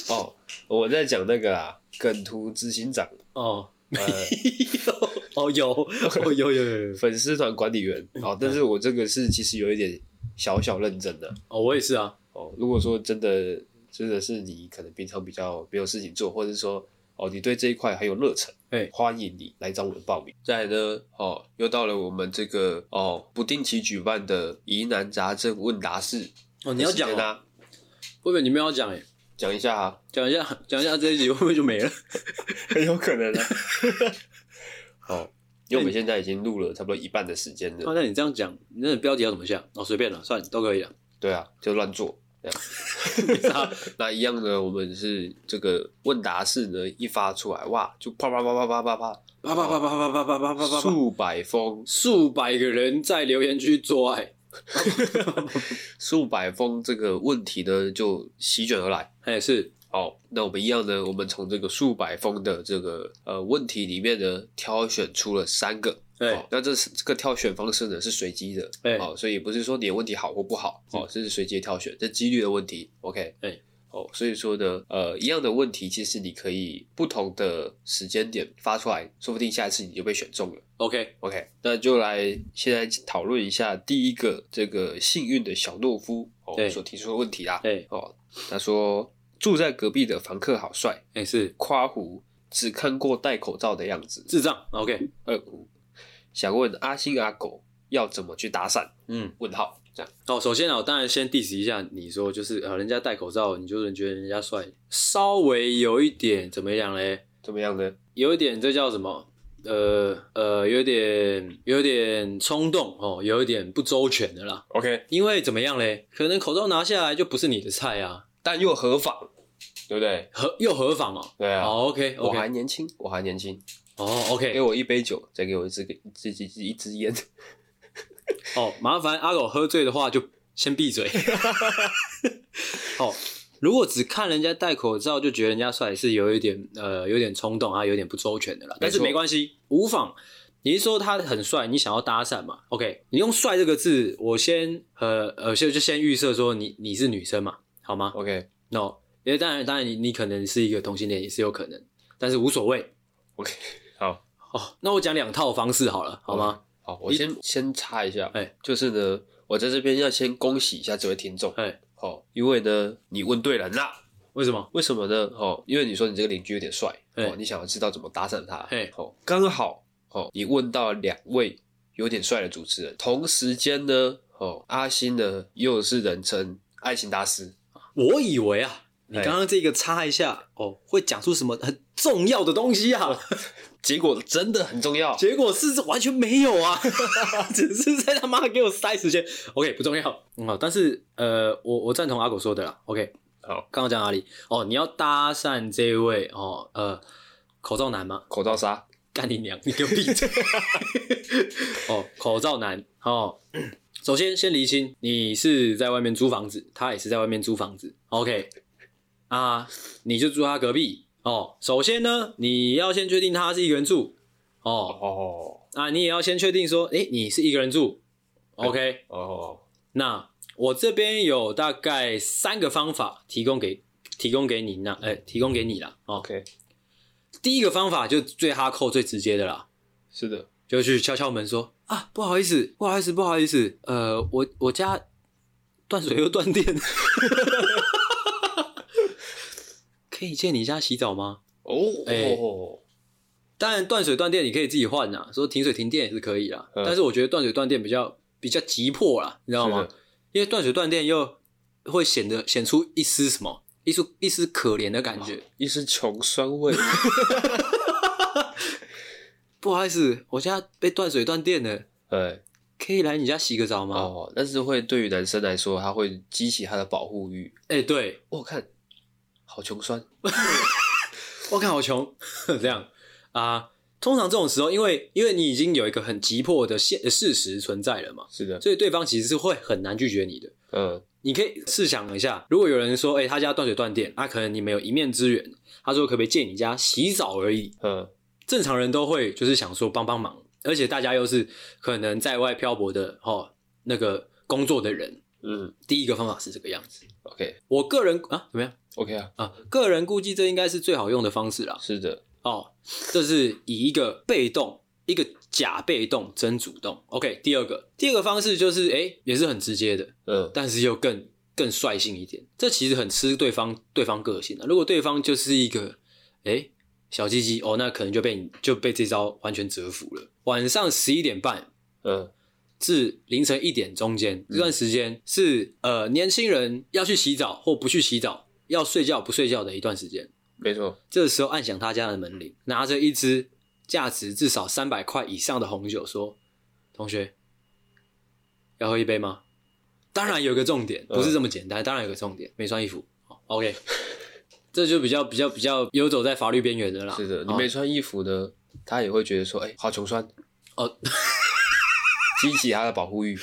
A: 哦，我在讲那个啊，梗图执行长，
B: *laughs* 哦，
A: 呃， *laughs*
B: 哦有，哦有有有有，
A: 粉丝团管理员。哦，但是我这个是其实有一点小小认真的
B: 哦我也是啊，
A: 哦。如果说真的真的是你可能平常比较没有事情做，或者是说哦你对这一块很有热忱，
B: 哎
A: 欢迎你来找我们报名。再来呢，哦，又到了我们这个哦不定期举办的疑难杂症问答式。
B: 哦你要讲啊，
A: 啊，
B: 会不会你没有要讲哎？
A: 讲一下啊。
B: 讲一下，讲一下这一集会不会就没了？
A: *laughs*
B: *laughs*
A: 很有可能啊。 *laughs* 哦，因为我们现在已经录了差不多一半的时间
B: 哦，
A: 了。
B: 那你这样讲，你那标题要怎么下？哦，随便了，算了，都可以了。
A: 对啊，就乱做。这样 *laughs* 那一样呢？我们是这个问答式呢，一发出来，哇，就啪啪啪啪啪啪啪，
B: 叭叭叭叭叭叭叭叭叭叭叭，
A: 数百封，
B: 数百个人在留言区做爱。
A: 数百封这个问题呢就席卷而来。
B: 哎，是
A: 哦，那我们一样呢，我们从这个数百封的这个呃问题里面呢，挑选出了三个。
B: 对
A: 哦，那这是这个挑选方式呢是随机的，
B: 对
A: 哦，所以不是说你的问题好或不好，哦，这是随机的挑选，这几率的问题，OK，
B: 对，
A: 哦，所以说呢，呃，一样的问题，其实你可以不同的时间点发出来，说不定下一次你就被选中了
B: OK，
A: ，OK，那就来现在讨论一下第一个这个幸运的小懦夫哦
B: 对
A: 所提出的问题啦，
B: 哎
A: 哦，他说住在隔壁的房客好帅，
B: 哎是
A: 夸胡只看过戴口罩的样子，
B: 智障。OK，
A: 二五，想问阿星阿狗要怎么去搭讪？
B: 嗯，
A: 问号这样
B: 哦，首先啊，我当然先 diss 一下你说，就是呃，人家戴口罩，你就是觉得人家帅，稍微有一点怎么样嘞？
A: 怎么样呢？
B: 有一点这叫什么？呃呃，有点有点冲动哦，有一点不周全的啦。
A: OK，
B: 因为怎么样嘞？可能口罩拿下来就不是你的菜啊，
A: 但又何妨？对不对？
B: 合又何妨哦？
A: 对啊
B: 哦，OK
A: 我还
B: OK，
A: 年轻，我还年轻，
B: 哦
A: 给
B: OK，
A: 我一杯酒，再给我一支一支一支一支烟。 *laughs*
B: 哦，麻烦阿狗喝醉的话就先闭
A: *laughs*
B: 嘴。哦，如果只看人家戴口罩就觉得人家帅，是有一点呃有点冲动啊，有点不周全的啦。但是
A: 没错
B: 没关系，无妨。你是说他很帅，你想要搭讪嘛？OK，你用“帅”这个字，我先呃呃，就就先预设说你你是女生嘛，好吗？
A: OK
B: ，no，因为当然当然你你可能是一个同性恋也是有可能，但是无所谓
A: OK，好，
B: 哦。那我讲两套方式好了，好吗？
A: 好，我先先插一下，
B: 哎
A: 就是呢，我在这边要先恭喜一下这位听众，
B: 哎，
A: 哦，因为呢，你问对人啦。
B: 为什么？
A: 为什么呢？哦，因为你说你这个邻居有点帅，
B: 嘿
A: 哦，你想要知道怎么搭讪他
B: 嘿，
A: 哦，刚好哦，你问到两位有点帅的主持人，同时间呢，哦，阿星呢又是人称爱情大师，
B: 我以为啊，你
A: 哎
B: 刚刚这个插一下哦，会讲出什么很重要的东西啊？ *laughs*
A: 结果真的很重要，
B: 结果是完全没有啊， *laughs* 只是在他妈给我塞时间。OK，不重要。嗯，好但是呃，我我赞同阿狗说的啦。OK，
A: 好，
B: 刚刚讲哪里？哦，你要搭讪这位哦，呃，口罩男吗？
A: 口罩杀，
B: 干你娘！你给我闭嘴！哦，口罩男哦。首先，先厘清，你是在外面租房子，他也是在外面租房子。OK，啊，你就住他隔壁哦。首先呢，你要先确定他是一个人住哦，
A: 哦
B: 啊，你也要先确定说，诶，你是一个人住。OK，、
A: 哦，
B: 那我这边有大概三个方法提供给提供给你那，诶，提供给你啦。哦，
A: OK，
B: 第一个方法就最哈扣、最直接的啦。
A: 是的，
B: 就去敲敲门说啊，不好意思，不好意思，不好意思，呃，我我家断水又
A: *laughs*
B: 断电， *laughs* 可以借你家洗澡吗？
A: 哦
B: 哎
A: 哦，
B: 当然，断水断电你可以自己换呐，说停水停电也是可以啦。
A: 嗯
B: 但是我觉得断水断电比较比较急迫啦，你知道吗
A: 是的？
B: 因为断水断电又会显得显出一丝什么，一丝一丝可怜的感觉。
A: 一身穷酸味，
B: 不好意思，我家被断水断电了，
A: 哎
B: 可以来你家洗个澡吗？
A: 哦，但是会对于男生来说，他会激起他的保护欲，
B: 哎、对，
A: 我看好穷酸，
B: 我看好穷， *laughs* 这样啊。通常这种时候，因为因为你已经有一个很急迫的现呃事实存在了嘛，
A: 是的，
B: 所以对方其实是会很难拒绝你的。
A: 嗯，
B: 你可以试想一下，如果有人说：“哎、他家断水断电，那、可能你们有一面之缘。”他说：“可不可以借你家洗澡而已
A: 嗯，？”
B: 正常人都会就是想说帮帮忙，而且大家又是可能在外漂泊的哦，那个工作的人，
A: 嗯
B: 第一个方法是这个样子。
A: ，OK
B: 我个人啊，怎么样
A: OK 啊，
B: 啊？个人估计这应该是最好用的方式啦。
A: 是的，
B: 哦，这是以一个被动，一个假被动真主动。OK，第二个，第二个方式就是，哎、也是很直接的，
A: 嗯
B: 但是又更更率性一点。这其实很吃对方对方个性的、啊如果对方就是一个哎、诶小鸡鸡哦，那可能就被你就被这招完全折服了。晚上十一点半
A: 嗯
B: 至凌晨一点中间这段时间是呃年轻人要去洗澡或不去洗澡，要睡觉不睡觉的一段时间。
A: 没错，
B: 这时候按响他家的门铃，拿着一支价值至少三百块以上的红酒，说：“同学，要喝一杯吗？”当然有个重点，
A: 嗯
B: 不是这么简单，当然有个重点，没穿衣服。好 OK，这就比较比较比较游走在法律边缘的啦。
A: 是的，你
B: 哦
A: 没穿衣服呢，他也会觉得说，哎，好穷酸，
B: 哦，
A: *laughs* 激起他的保护欲，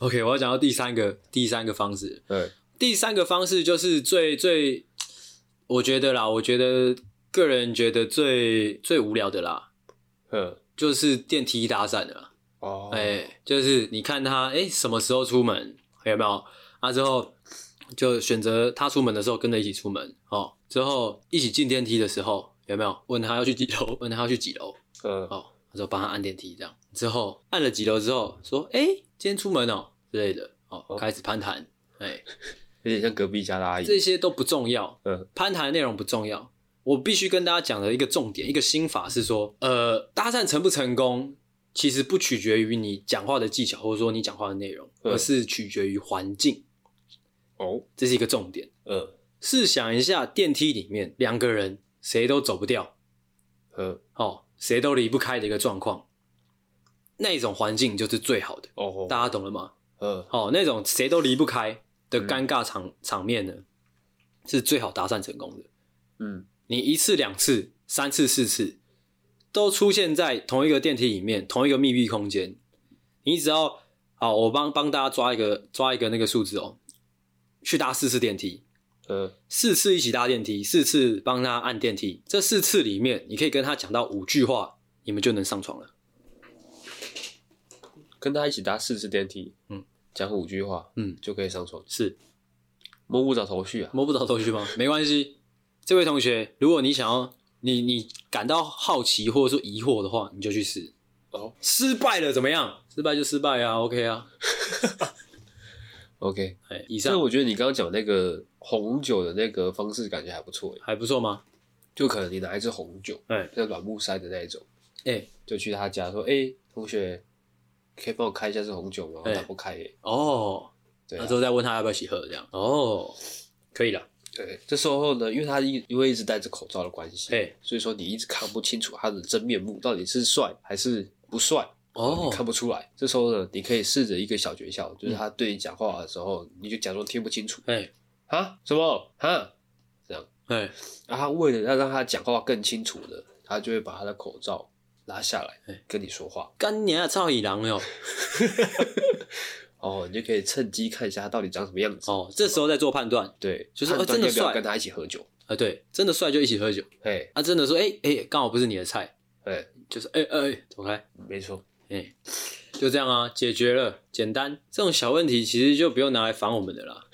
B: OK，我要讲到第三个第三个方式，
A: 嗯
B: 第三个方式就是最最，我觉得啦，我觉得个人觉得最最无聊的啦，
A: 嗯，
B: 就是电梯搭讪的啦。
A: 哦，
B: 哎、就是你看他，哎、什么时候出门，有没有？啊，之后就选择他出门的时候跟着一起出门，哦，之后一起进电梯的时候，有没有问他要去几楼？问他要去几楼？
A: 嗯
B: 哦，他说帮他按电梯这样，之后按了几楼之后，说，哎、今天出门哦之类的，哦，
A: 哦
B: 开始攀谈，哎、
A: 有点像隔壁家的阿姨，
B: 这些都不重要，
A: 嗯
B: 攀谈的内容不重要。我必须跟大家讲的一个重点，一个心法是说，呃，搭讪成不成功，其实不取决于你讲话的技巧，或者说你讲话的内容，
A: 嗯
B: 而是取决于环境，
A: 哦，
B: 这是一个重点。
A: 嗯
B: 试想一下，电梯里面两个人谁都走不掉，
A: 嗯，
B: 哦，谁都离不开的一个状况，那一种环境就是最好的，
A: 哦，
B: 大家懂了吗？
A: 嗯
B: 哦，那种谁都离不开的尴尬场、场面呢，是最好搭讪成功的。
A: 嗯
B: 你一次、两次、三次、四次，都出现在同一个电梯里面，同一个密闭空间。你只要好，我帮帮大家抓一个抓一个那个数字哦，去搭四次电梯，
A: 嗯
B: 四次一起搭电梯，四次帮他按电梯。这四次里面，你可以跟他讲到五句话，你们就能上床了。
A: 跟他一起搭四次电梯，
B: 嗯，
A: 讲五句话，
B: 嗯
A: 就可以上床，
B: 是
A: 摸不着头绪啊，
B: 摸不着头绪吗？没关系，这位同学，如果你想要你你感到好奇或者说疑惑的话，你就去试。
A: 哦
B: 失败了怎么样？失败就失败啊，OK 啊。
A: ，OK，
B: 哎，以
A: 但
B: 上
A: 我觉得你刚刚讲那个红酒的那个方式，感觉还不错耶。欸
B: 还不错吗？
A: 就可能你拿一支红酒，
B: 哎
A: 像软木塞的那一种，
B: 哎
A: 就去他家说：“哎、同学，可以帮我开一下这红酒吗？”
B: 哎
A: 他不开耶、
B: 哦，
A: 对、
B: 那
A: 啊
B: 之，后再问他要不要一起喝，这样哦，可以了。
A: 对。这时候呢，因为他一因为一直戴着口罩的关系，
B: 哎
A: 所以说你一直看不清楚他的真面目，到底是帅还是不帅。
B: 哦
A: 你看不出来。这时候呢，你可以试着一个小诀窍，就是他对你讲话的时候，你就假装听不清楚
B: 哎
A: 啊，什么啊，
B: 哎
A: 然后为了要让他讲话更清楚的，他就会把他的口罩拉下来
B: 哎
A: 跟你说话。
B: 干你啊，操你狼哟！
A: 哦，你就可以趁机看一下他到底长什么样子。
B: 哦，这时候再做判断。
A: 对，
B: 就是
A: 判
B: 哦
A: 断
B: 真的
A: 要不要
B: 帅
A: 跟他一起喝酒。
B: 啊，对，真的帅就一起喝酒
A: 哎
B: 啊，真的说哎哎，刚好不是你的菜，
A: 哎，
B: 就是哎哎哎走开。
A: 没错，
B: 哎，就这样啊，解决了，简单。这种小问题其实就不用拿来烦我们的啦。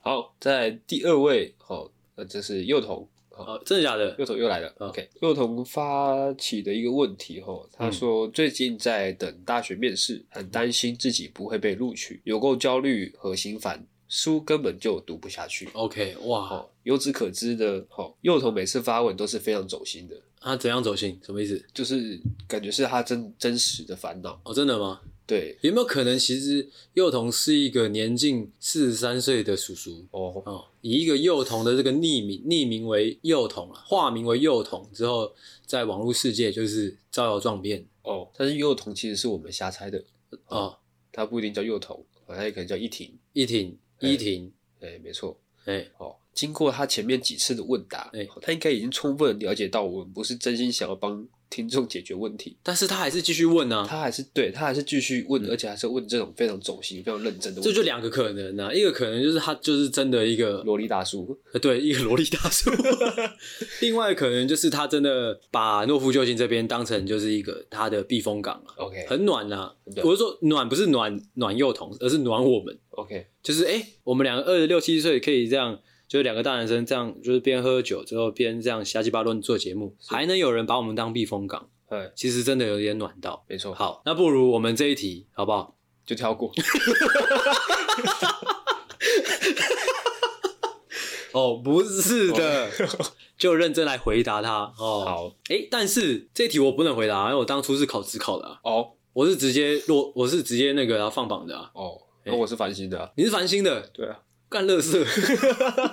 A: 好，在第二位，哦，那这是幼童，哦，
B: 哦，真的假的
A: 幼？童又来了。
B: 嗯
A: OK，幼童发起的一个问题吼，他说最近在等大学面试，很担心自己不会被录取，有够焦虑和心烦，书根本就读不下去。
B: OK，哇，
A: 哦，由此可知呢，哦，幼童每次发文都是非常走心的，
B: 他、怎样走心？什么意思？
A: 就是感觉是他真真实的烦恼。
B: 哦，真的吗？
A: 对，
B: 有没有可能，其实幼童是一个年近四十三岁的叔叔
A: 哦，
B: 哦，以一个幼童的这个匿名匿名为幼童啊，化名为幼童之后，在网络世界就是招摇撞骗
A: 哦，但是幼童其实是我们瞎猜的，
B: 哦。
A: 他不一定叫幼童，他也可能叫一婷。
B: 一挺
A: 哎
B: 一挺，
A: 哎，没错。
B: 哎
A: 哦，经过他前面几次的问答，哦
B: 哎
A: 他应该已经充分地了解到我们不是真心想要帮听众解决问题，
B: 但是他还是继续问啊。嗯
A: 他还是对他还是继续问，而且还是问这种非常走心、非常认真的问
B: 这
A: 题。
B: 就两个可能啊，一个可能就是他就是真的一个
A: 萝莉大叔，
B: 呃对一个萝莉大
A: *laughs*
B: 叔，另外可能就是他真的把诺夫救星这边当成就是一个他的避风港了、
A: OK
B: 很暖呐、啊。
A: 对
B: 我是说暖不是暖暖幼童，而是暖我们，
A: OK，
B: 就是哎、诶我们两个二十六七岁可以这样。就是两个大男生这样，就是边喝酒之后边这样瞎鸡巴乱做节目，还能有人把我们当避风港，
A: 哎，
B: 其实真的有点暖到。
A: 没错，，
B: 好，那不如我们这一题好不好？
A: 就跳过。
B: 哦，不是的， *laughs* 就认真来回答他哦。
A: 哦好，
B: 哎、但是这题我不能回答，因为我当初是考职考的、啊，
A: 哦
B: 我是直接落，我是直接那个、啊、放榜的、啊。
A: 哦，那我是烦心的啊，
B: 你是繁星的，
A: 对啊，
B: 干乐色，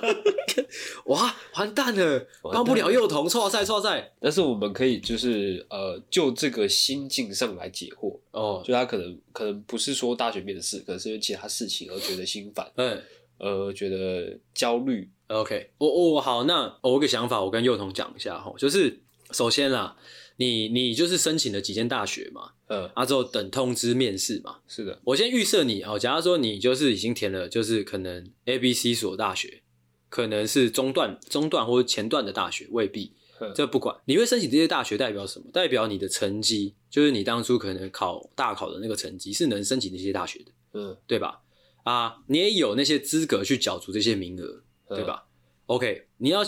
B: *laughs* 哇，完蛋了，
A: 完蛋了
B: 帮不了幼童，错赛错赛。
A: 但是我们可以就是呃，就这个心境上来解惑，
B: 哦，
A: 就他可能可能不是说大学面试，可能是因为其他事情而觉得心烦，
B: 嗯
A: 呃，觉得焦虑。
B: ，OK，我、我、好，那、哦我有个想法，我跟幼童讲一下哈，就是首先啦，你你就是申请了几间大学嘛，
A: 呃，
B: 啊之后等通知面试嘛，
A: 是的，
B: 我先预设你哦，假如说你就是已经填了，就是可能 A、B、C 所大学，可能是中段、中段或者前段的大学，未必
A: 嗯，
B: 这不管。你会申请这些大学代表什么？代表你的成绩，就是你当初可能考大考的那个成绩是能申请这些大学的，
A: 嗯，
B: 对吧？啊，你也有那些资格去角逐这些名额，
A: 嗯
B: 对？吧？OK，你要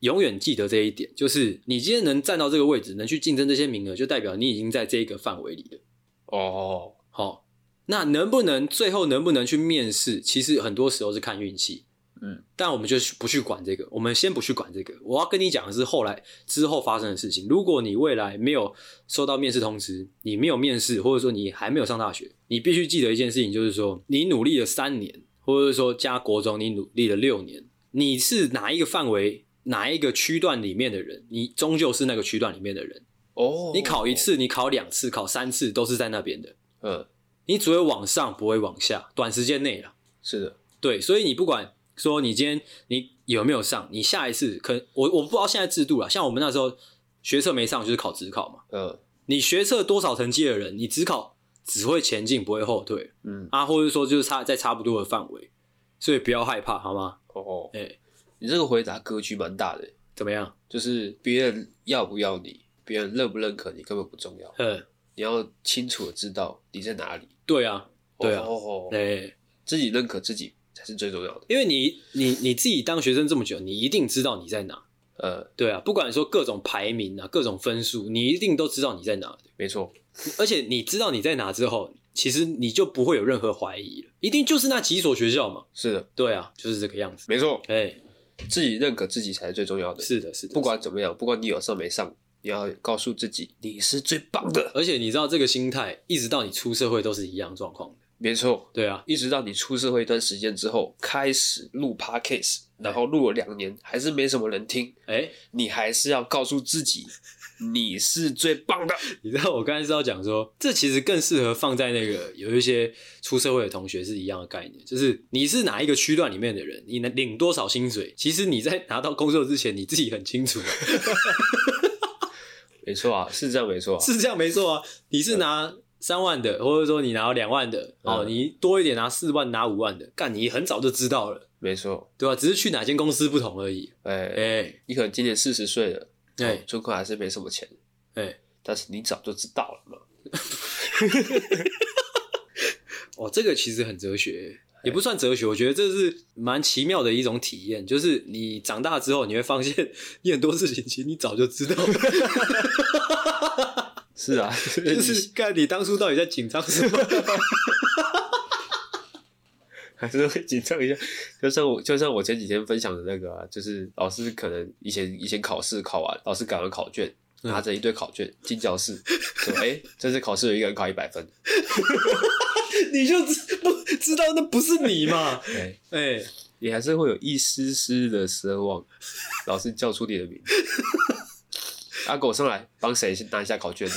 B: 永远记得这一点，就是你今天能站到这个位置，能去竞争这些名额，就代表你已经在这一个范围里了。
A: 哦，
B: 好、那能不能最后能不能去面试，其实很多时候是看运气。
A: 嗯，
B: 但我们就不去管这个，我们先不去管这个。我要跟你讲的是后来之后发生的事情。如果你未来没有收到面试通知，你没有面试，或者说你还没有上大学，你必须记得一件事情，就是说你努力了三年，或者说加国中你努力了六年，你是哪一个范围、哪一个区段里面的人，你终究是那个区段里面的人。
A: 哦，
B: 你考一，次，你考两次，考三次，都是在那边的。
A: 嗯，
B: 你只会往上，不会往下，短时间内啦。
A: 是的，
B: 对，所以你不管说你今天你有没有上，你下一次可我我不知道现在制度啦，像我们那时候学测没上就是考职考嘛，
A: 嗯
B: 你学测多少成绩的人，你只考只会前进不会后退
A: 嗯，
B: 啊，或者说就是差在差不多的范围，所以不要害怕好吗？
A: 哦，
B: 哎、
A: 你这个回答格局蛮大的，
B: 怎么样？
A: 就是别人要不要你，别人认不认可你根本不重要，
B: 嗯，
A: 你要清楚的知道你在哪里。
B: 对啊，对啊，
A: 哦，
B: 哎、
A: 自己认可自己才是最重要的。
B: 因为你你你自己当学生这么久，你一定知道你在哪。
A: 呃，
B: 对啊，不管说各种排名啊，各种分数，你一定都知道你在哪。
A: 没错，
B: 而且你知道你在哪之后，其实你就不会有任何怀疑了，一定就是那几所学校嘛。
A: 是的，
B: 对啊，就是这个样子。
A: 没错，
B: 哎、
A: 自己认可自己才是最重要的。
B: 是的，是的。
A: 不，管怎么样，不管你有上没上，你要告诉自己你是最棒的。
B: 而且你知道这个心态，一直到你出社会都是一样状况的。
A: 没错，
B: 对啊，
A: 一直到你出社会一段时间之后，开始录 podcast，然后录了两年，还是没什么人听，
B: 哎、
A: 你还是要告诉自己你是最棒的。 *laughs*
B: 你知道我刚才是要讲说，这其实更适合放在那个有一些出社会的同学是一样的概念，就是你是哪一个区段里面的人，你能领多少薪水，其实你在拿到工作之前你自己很清楚、啊，
A: 没错啊，是这样，没错啊。
B: *laughs* 是这样没错啊。你是拿三万的，或者说你拿两万的，
A: 嗯
B: 哦，你多一点拿四万、拿五万的，干你很早就知道了，
A: 没错，
B: 对吧、只是去哪间公司不同而已。
A: 哎，
B: 哎
A: 你可能今年四十岁了，
B: 哎
A: 存款还是没什么钱，
B: 哎，
A: 但是你早就知道了嘛。
B: 哦，这个其实很哲学。哎也不算哲学，我觉得这是蛮奇妙的一种体验。就是你长大之后，你会发现 *laughs* 你很多事情其实你早就知 *laughs* 道了，
A: 是啊，
B: 就
A: *laughs* 就是
B: 看你当初到底在紧张什么。
A: 还是会紧张一下。就像我，就像我前几天分享的那个、啊，就是老师可能以前以前考试考完，老师改完考卷，
B: 嗯
A: 拿着一堆考卷进教室，说：“哎、这次考试有一个人考一百分。
B: *laughs* 你就知不知道那不是你嘛？
A: 哎，
B: *laughs* 哎、
A: 你还是会有一丝丝的奢望，老师叫出你的名字。阿狗上来帮谁先拿一下考卷呢？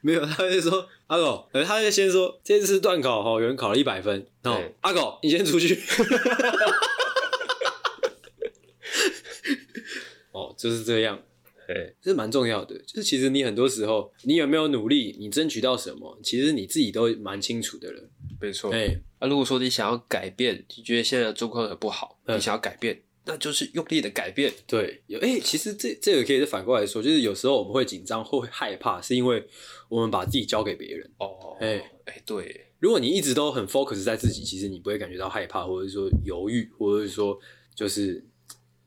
B: 没有，他就说阿狗，呃他就先说这次段考哈、哦，有人考了一百分，哦
A: 对，
B: 阿狗你先出去。哦，就是这样，
A: 对，
B: 这蛮重要的。就是其实你很多时候，你有没有努力，你争取到什么，其实你自己都蛮清楚的了。
A: 没错。
B: 哎、
A: 啊，如果说你想要改变，你觉得现在的状况很不好，
B: 嗯
A: 你想要改变，那就是用力的改变。
B: 对，有哎、其实这这个可以是反过来说，就是有时候我们会紧张或会害怕，是因为我们把自己交给别人。
A: 哦，
B: 哎
A: 哎，对，
B: 如果你一直都很 focus 在自己，其实你不会感觉到害怕，或者说犹豫，或者说就是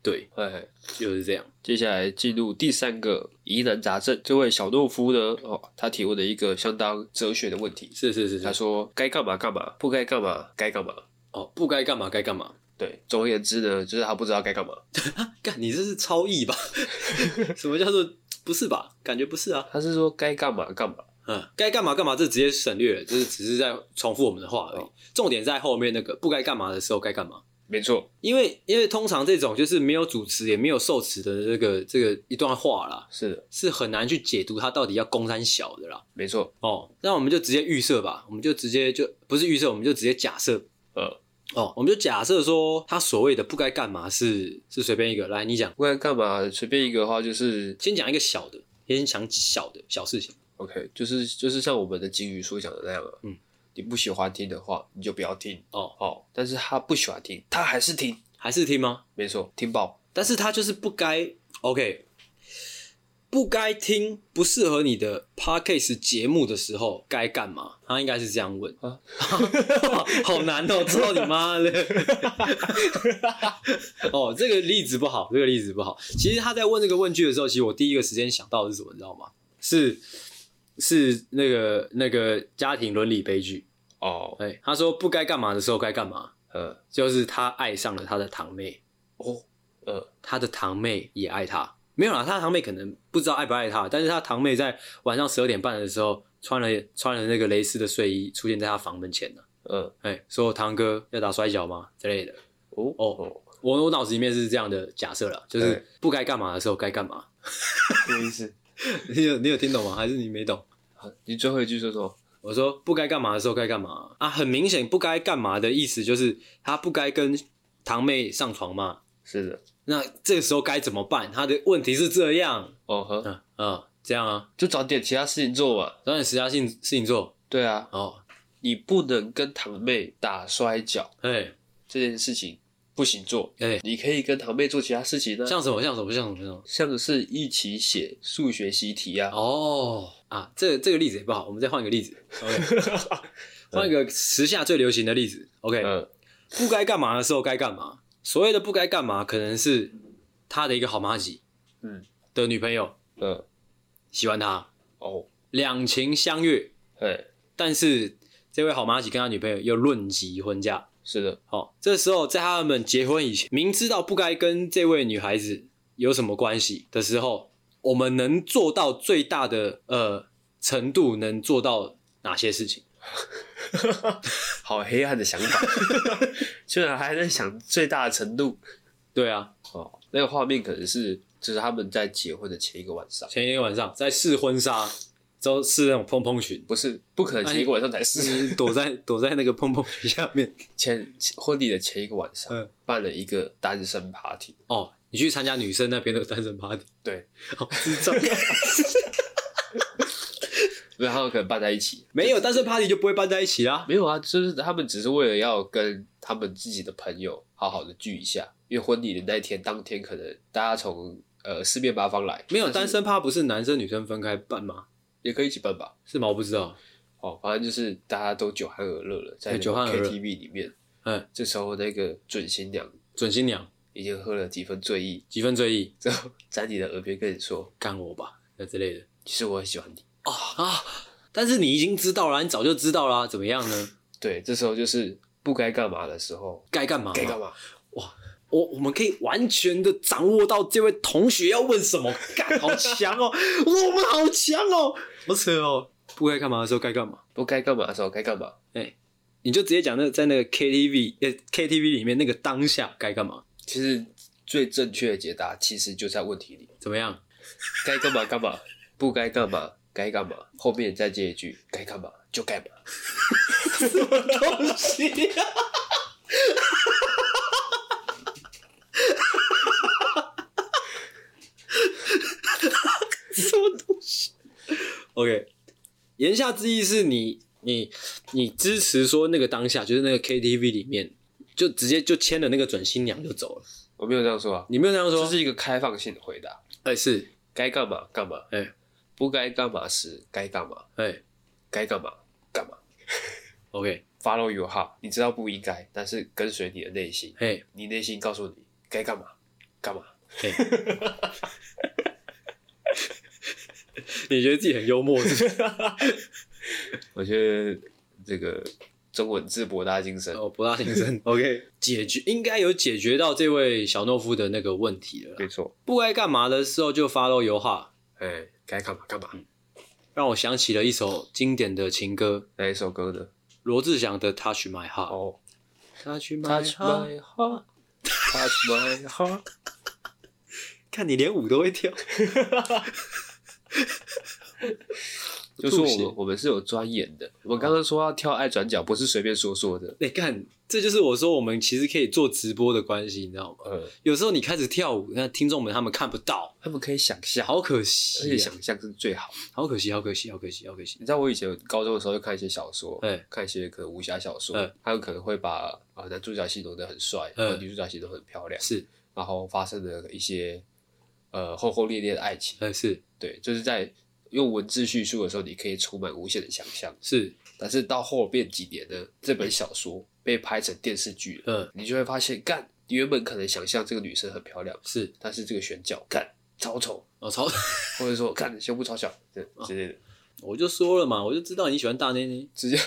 B: 对，
A: 哎，
B: 就是这样。
A: 接下来进入第三个疑难杂症，这位小懦夫呢，哦，他提问了一个相当哲学的问题。
B: 是是是
A: 他
B: 是，
A: 说：“该干嘛干嘛，不该干嘛该干嘛。
B: 哦，不该干嘛该干嘛。”
A: 对，总而言之呢，就是他不知道该干嘛。
B: 干，你这是超意吧？ *laughs* 什么叫做不是吧？感觉不是啊。
A: 他是说该干嘛干嘛，
B: 嗯，该干嘛干嘛，这直接省略了，就是只是在重复我们的话而已。重点在后面那个不该干嘛的时候该干嘛。
A: 没错，
B: 因为因为通常这种就是没有主持也没有受持的这个这个一段话啦，
A: 是的，
B: 是很难去解读它到底要攻山小的啦。
A: 没错，
B: 哦，那我们就直接预设吧，我们就直接就不是预设，我们就直接假设
A: 呃，
B: 哦，我们就假设说他所谓的不该干嘛是是随便一个，来你讲，
A: 不该干嘛，随便一个的话就是
B: 先讲一个小的，先讲小的小事情。
A: OK，就是就是像我们的金鱼所讲的那样啊，
B: 嗯，
A: 你不喜欢听的话，你就不要听
B: 哦，
A: 哦。但是他不喜欢听，他还是听，
B: 还是听吗？
A: 没错，听爆，
B: 但是他就是不该，OK，不该听不适合你的 podcast 节目的时候该干嘛？他应该是这样问
A: 啊
B: *laughs* 好难哦，操你妈的！ *laughs* 哦，这个例子不好，这个例子不好。其实他在问这个问句的时候，其实我第一个时间想到的是什么，你知道吗？是是那个那个家庭伦理悲剧。
A: 哦，
B: 哎，他说不该干嘛的时候该干嘛，
A: 呃，
B: 就是他爱上了他的堂妹。
A: 哦，呃，
B: 他的堂妹也爱他。没有啦，他的堂妹可能不知道爱不爱他，但是他堂妹在晚上十二点半的时候穿了穿了那个蕾丝的睡衣出现在他房门前了。
A: 呃，
B: 哎，说堂哥要打摔跤吗之类的。
A: 哦，
B: 哦
A: 哦，
B: 我我脑子里面是这样的假设了，就
A: 对
B: 是不该干嘛的时候该干嘛。
A: 什么意思？*laughs*
B: *laughs* 你有你有听懂吗？还是你没懂？
A: 好你最后一句说什么？
B: 我说不该干嘛的时候该干嘛啊？很明显，不该干嘛的意思就是他不该跟堂妹上床嘛。
A: 是的，
B: 那这个时候该怎么办？他的问题是这样，
A: 哦呵，
B: 嗯、啊、嗯，这样啊。
A: 就找点其他事情做嘛。
B: 当然，时下性事情做
A: 对啊，
B: 哦，
A: 你不能跟堂妹打摔跤
B: 哎
A: 这件事情不行做，
B: 哎，
A: 你可以跟堂妹做其他事情呢、啊
B: 像什么像什么像什么像什
A: 像
B: 么
A: 是一起写数学习题啊，
B: 哦啊，这个这个例子也不好，我们再换一个例子，OK，换
A: *laughs*
B: 一个时下最流行的例子，OK，、
A: 嗯，
B: 不该干嘛的时候该干嘛，所谓的不该干嘛，可能是他的一个好妈吉，
A: 嗯
B: 的女朋友
A: 嗯，
B: 喜欢他，
A: 哦，
B: 两情相悦，
A: 哎，
B: 但是这位好妈吉跟他女朋友又论及婚嫁，
A: 是的， *laughs*
B: 哦，这时候在他们结婚以前，明知道不该跟这位女孩子有什么关系的时候，我们能做到最大的呃程度，能做到哪些事情？
A: 好黑暗的想法， *laughs* 居然还在想最大的程度
B: 对啊，
A: 哦。那个画面可能是就是他们在结婚的前一个晚上，
B: 前一天晚上在试婚纱，都试那种蓬蓬裙，
A: 不是不可能前一个晚上才是，
B: 你躲在躲在那个蓬蓬裙下面。
A: 前前婚礼的前一个晚上
B: 嗯
A: 办了一个单身 party，
B: 哦，你去参加女生那边的单身 party，
A: 对，
B: 好智障。
A: 然后可能办在一起，
B: 没有单身 party 就不会搬在一起啦。
A: 没有啊，就是他们只是为了要跟他们自己的朋友好好的聚一下，因为婚礼的那一天当天可能大家从呃四面八方来，
B: 没有单身趴不是男生女生分开办吗？
A: 也可以一起办吧。
B: 是吗？我不知道。
A: 哦，反正就是大家都酒酣耳热了，在
B: 对
A: 那
B: 酒酣耳
A: 个
B: 热
A: KTV 里面，
B: 嗯，
A: 这时候那个准新娘
B: 准新娘
A: 已经喝了几分醉意，
B: 几分醉意？
A: 之后在你的耳边跟你说
B: 干我吧，那之类的。：“
A: 其实我很喜欢你。
B: 啊啊！但是你已经知道了，啊你早就知道了，怎么样呢？”
A: 对，这时候就是不该干嘛的时候，
B: 该干嘛？
A: 该干嘛？
B: 我我们可以完全的掌握到这位同学要问什么，干好强哦！我们好强哦！好扯哦！不该干嘛的时候该干嘛？
A: 不该干嘛的时候该干嘛？
B: 哎、你就直接讲那个在那个 KTV 呃 KTV 里面那个当下该干嘛？
A: 其实最正确的解答其实就在问题里，
B: 怎么样？
A: 该干嘛干嘛，不该干嘛该干嘛，后面再接一句该干嘛就干嘛。
B: 什么东西呀、什么东西？OK，言下之意是你你你支持说那个当下，就是那个 KTV 里面，就直接就签了那个准新娘就走了。
A: 我没有这样说啊，
B: 你没有这样说？
A: 这是一个开放性的回答，
B: 哎、是
A: 该干嘛干嘛，
B: 哎
A: 不该干嘛时该干嘛，
B: 哎、
A: 该干嘛干嘛。
B: OK，
A: Follow your heart，你知道不应该，但是跟随你的内心，
B: 嘿、
A: 你内心告诉你该干嘛干嘛。
B: 嘿你觉得自己很幽默是不是？
A: 我觉得这个中文字博大精深，
B: *laughs* 哦，博大精深。OK，解 *laughs* 决应该有解决到这位小懦夫的那个问题了啦。
A: 没错。
B: 不该干嘛的时候就 follow 油画，
A: 哎，该干嘛干嘛。
B: 让我想起了一首经典的情歌，
A: 哪一首歌呢？
B: 罗志祥的《Touch My Heart》。
A: 哦
B: Touch My
A: ，Touch my
B: Heart，
A: heart，Touch my heart。
B: 看你连舞都会跳。
A: 就说
B: 吐
A: 我
B: 血
A: 们我们是有钻研的。我们刚刚说要跳爱转角，不是随便说说的。
B: 哎、看，这就是我说我们其实可以做直播的关系，你知道吗？
A: 呃，
B: 有时候你开始跳舞，那听众们他们看不到，
A: 他们可以想象，
B: 好可
A: 而
B: 惜、
A: 且
B: 啊，
A: 想象是最好。
B: 好可惜，好可惜，好可惜，好可惜。
A: 你知道我以前高中的时候就看一些小说，
B: 哎
A: 看一些可能武侠小说
B: 哎，
A: 他们可能会把啊男主角形容的很帅，
B: 哎
A: 然后女主角形容得很漂亮，
B: 是，
A: 然后发生了一些呃轰轰烈烈的爱情。
B: 呃，是，
A: 对，就是在用文字叙述的时候，你可以充满无限的想象。
B: 是，
A: 但是到后面几年呢，这本小说被拍成电视剧了。
B: 嗯，
A: 你就会发现，干，你原本可能想象这个女生很漂亮，
B: 是。
A: 但是这个选角干超丑，
B: 哦，超，
A: 或者说干胸部超小，这之类的，
B: 我就说了嘛，我就知道你喜欢大内内。
A: 直接。 *laughs*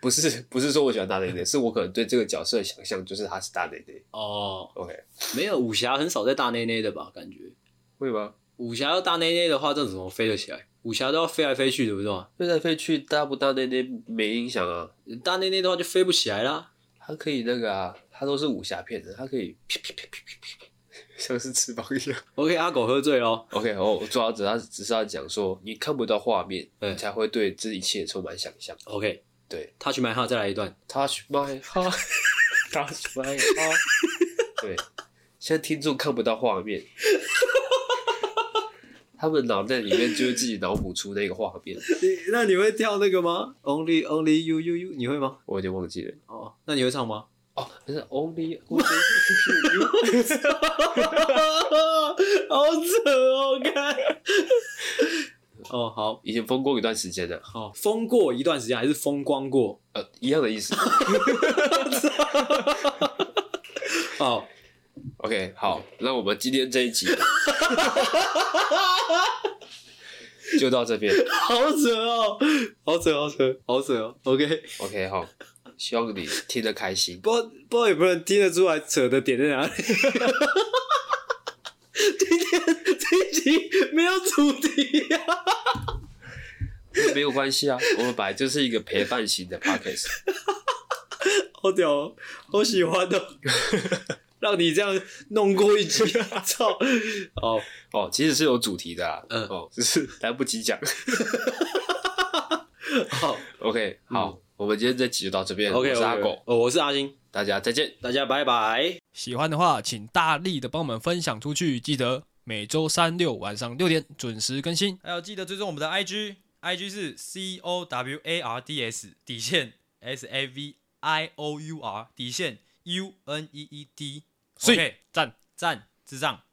A: 不是不是说我喜欢大内内，是我可能对这个角色的想象就是她是大内内。
B: 哦，
A: OK，
B: 没有武侠很少在大内内的吧？感觉
A: 会吗？
B: 武侠要大内内的话，这种怎么飞得起来？武侠都要飞来飞去，对不对嘛？
A: 飞来飞去，大不大内内没影响啊，
B: 大内内的话就飞不起来啦。
A: 她可以那个啊，她都是武侠片的，她可以 *laughs* 啪啪啪啪啪啪啪，像是翅膀一样。
B: OK，阿狗喝醉喽。
A: OK，哦，我主要只要只是要讲说，你看不到画面，
B: 嗯
A: 你才会对这一切充满想象。
B: OK，
A: 对，
B: 他去买哈，再来一段。
A: Touch my heart，Touch *laughs* my heart。对，现在听众看不到画面，他们脑袋里面就是自己脑补出那个画面，
B: 那 *laughs* 你会跳那个吗？Only Only You You You，你会吗？
A: 我有点忘记了。
B: 哦，那你会唱吗？
A: 哦，可是 Only Only
B: *laughs*
A: *laughs*
B: 好扯哦，看。 *laughs* 哦，好，
A: 以前风光一段时间的，
B: 好，风过一段时间还是风光过？
A: 呃，一样的意思。
B: 哦， *laughs*
A: OK，好，那我们今天这一集就到这边。
B: 好扯哦，好扯，好扯，好扯哦。OK，
A: OK，好，希望你听得开心。
B: 不知道不知道有没有人听得出来扯的点在哪里？ *laughs* 今天这一集没有主题啊呀、
A: 没有关系啊，我们本来就是一个陪伴型的 podcast。
B: 好屌哦，好喜欢哦。 *laughs* 让你这样弄过一 *laughs* 集，操！哦，
A: 哦，其实是有主题的啦，
B: 嗯
A: 哦，只是来不及讲。
B: *laughs* 好嗯
A: OK，好，我们今天这集就到这边。
B: ，OK，
A: 我是阿
B: OK，
A: 狗，
B: 哦，我是阿星，
A: 大家再见。
B: 大家拜拜。
C: 喜欢的话，请大力的帮我们分享出去。记得每周三六晚上六点准时更新。
D: 还有记得追踪我们的 IG，IG 是 C O W A R D S 底线 S A V I O U R 底线 U N E E D，
C: 所以
D: OK，
C: 赞
D: 赞智障。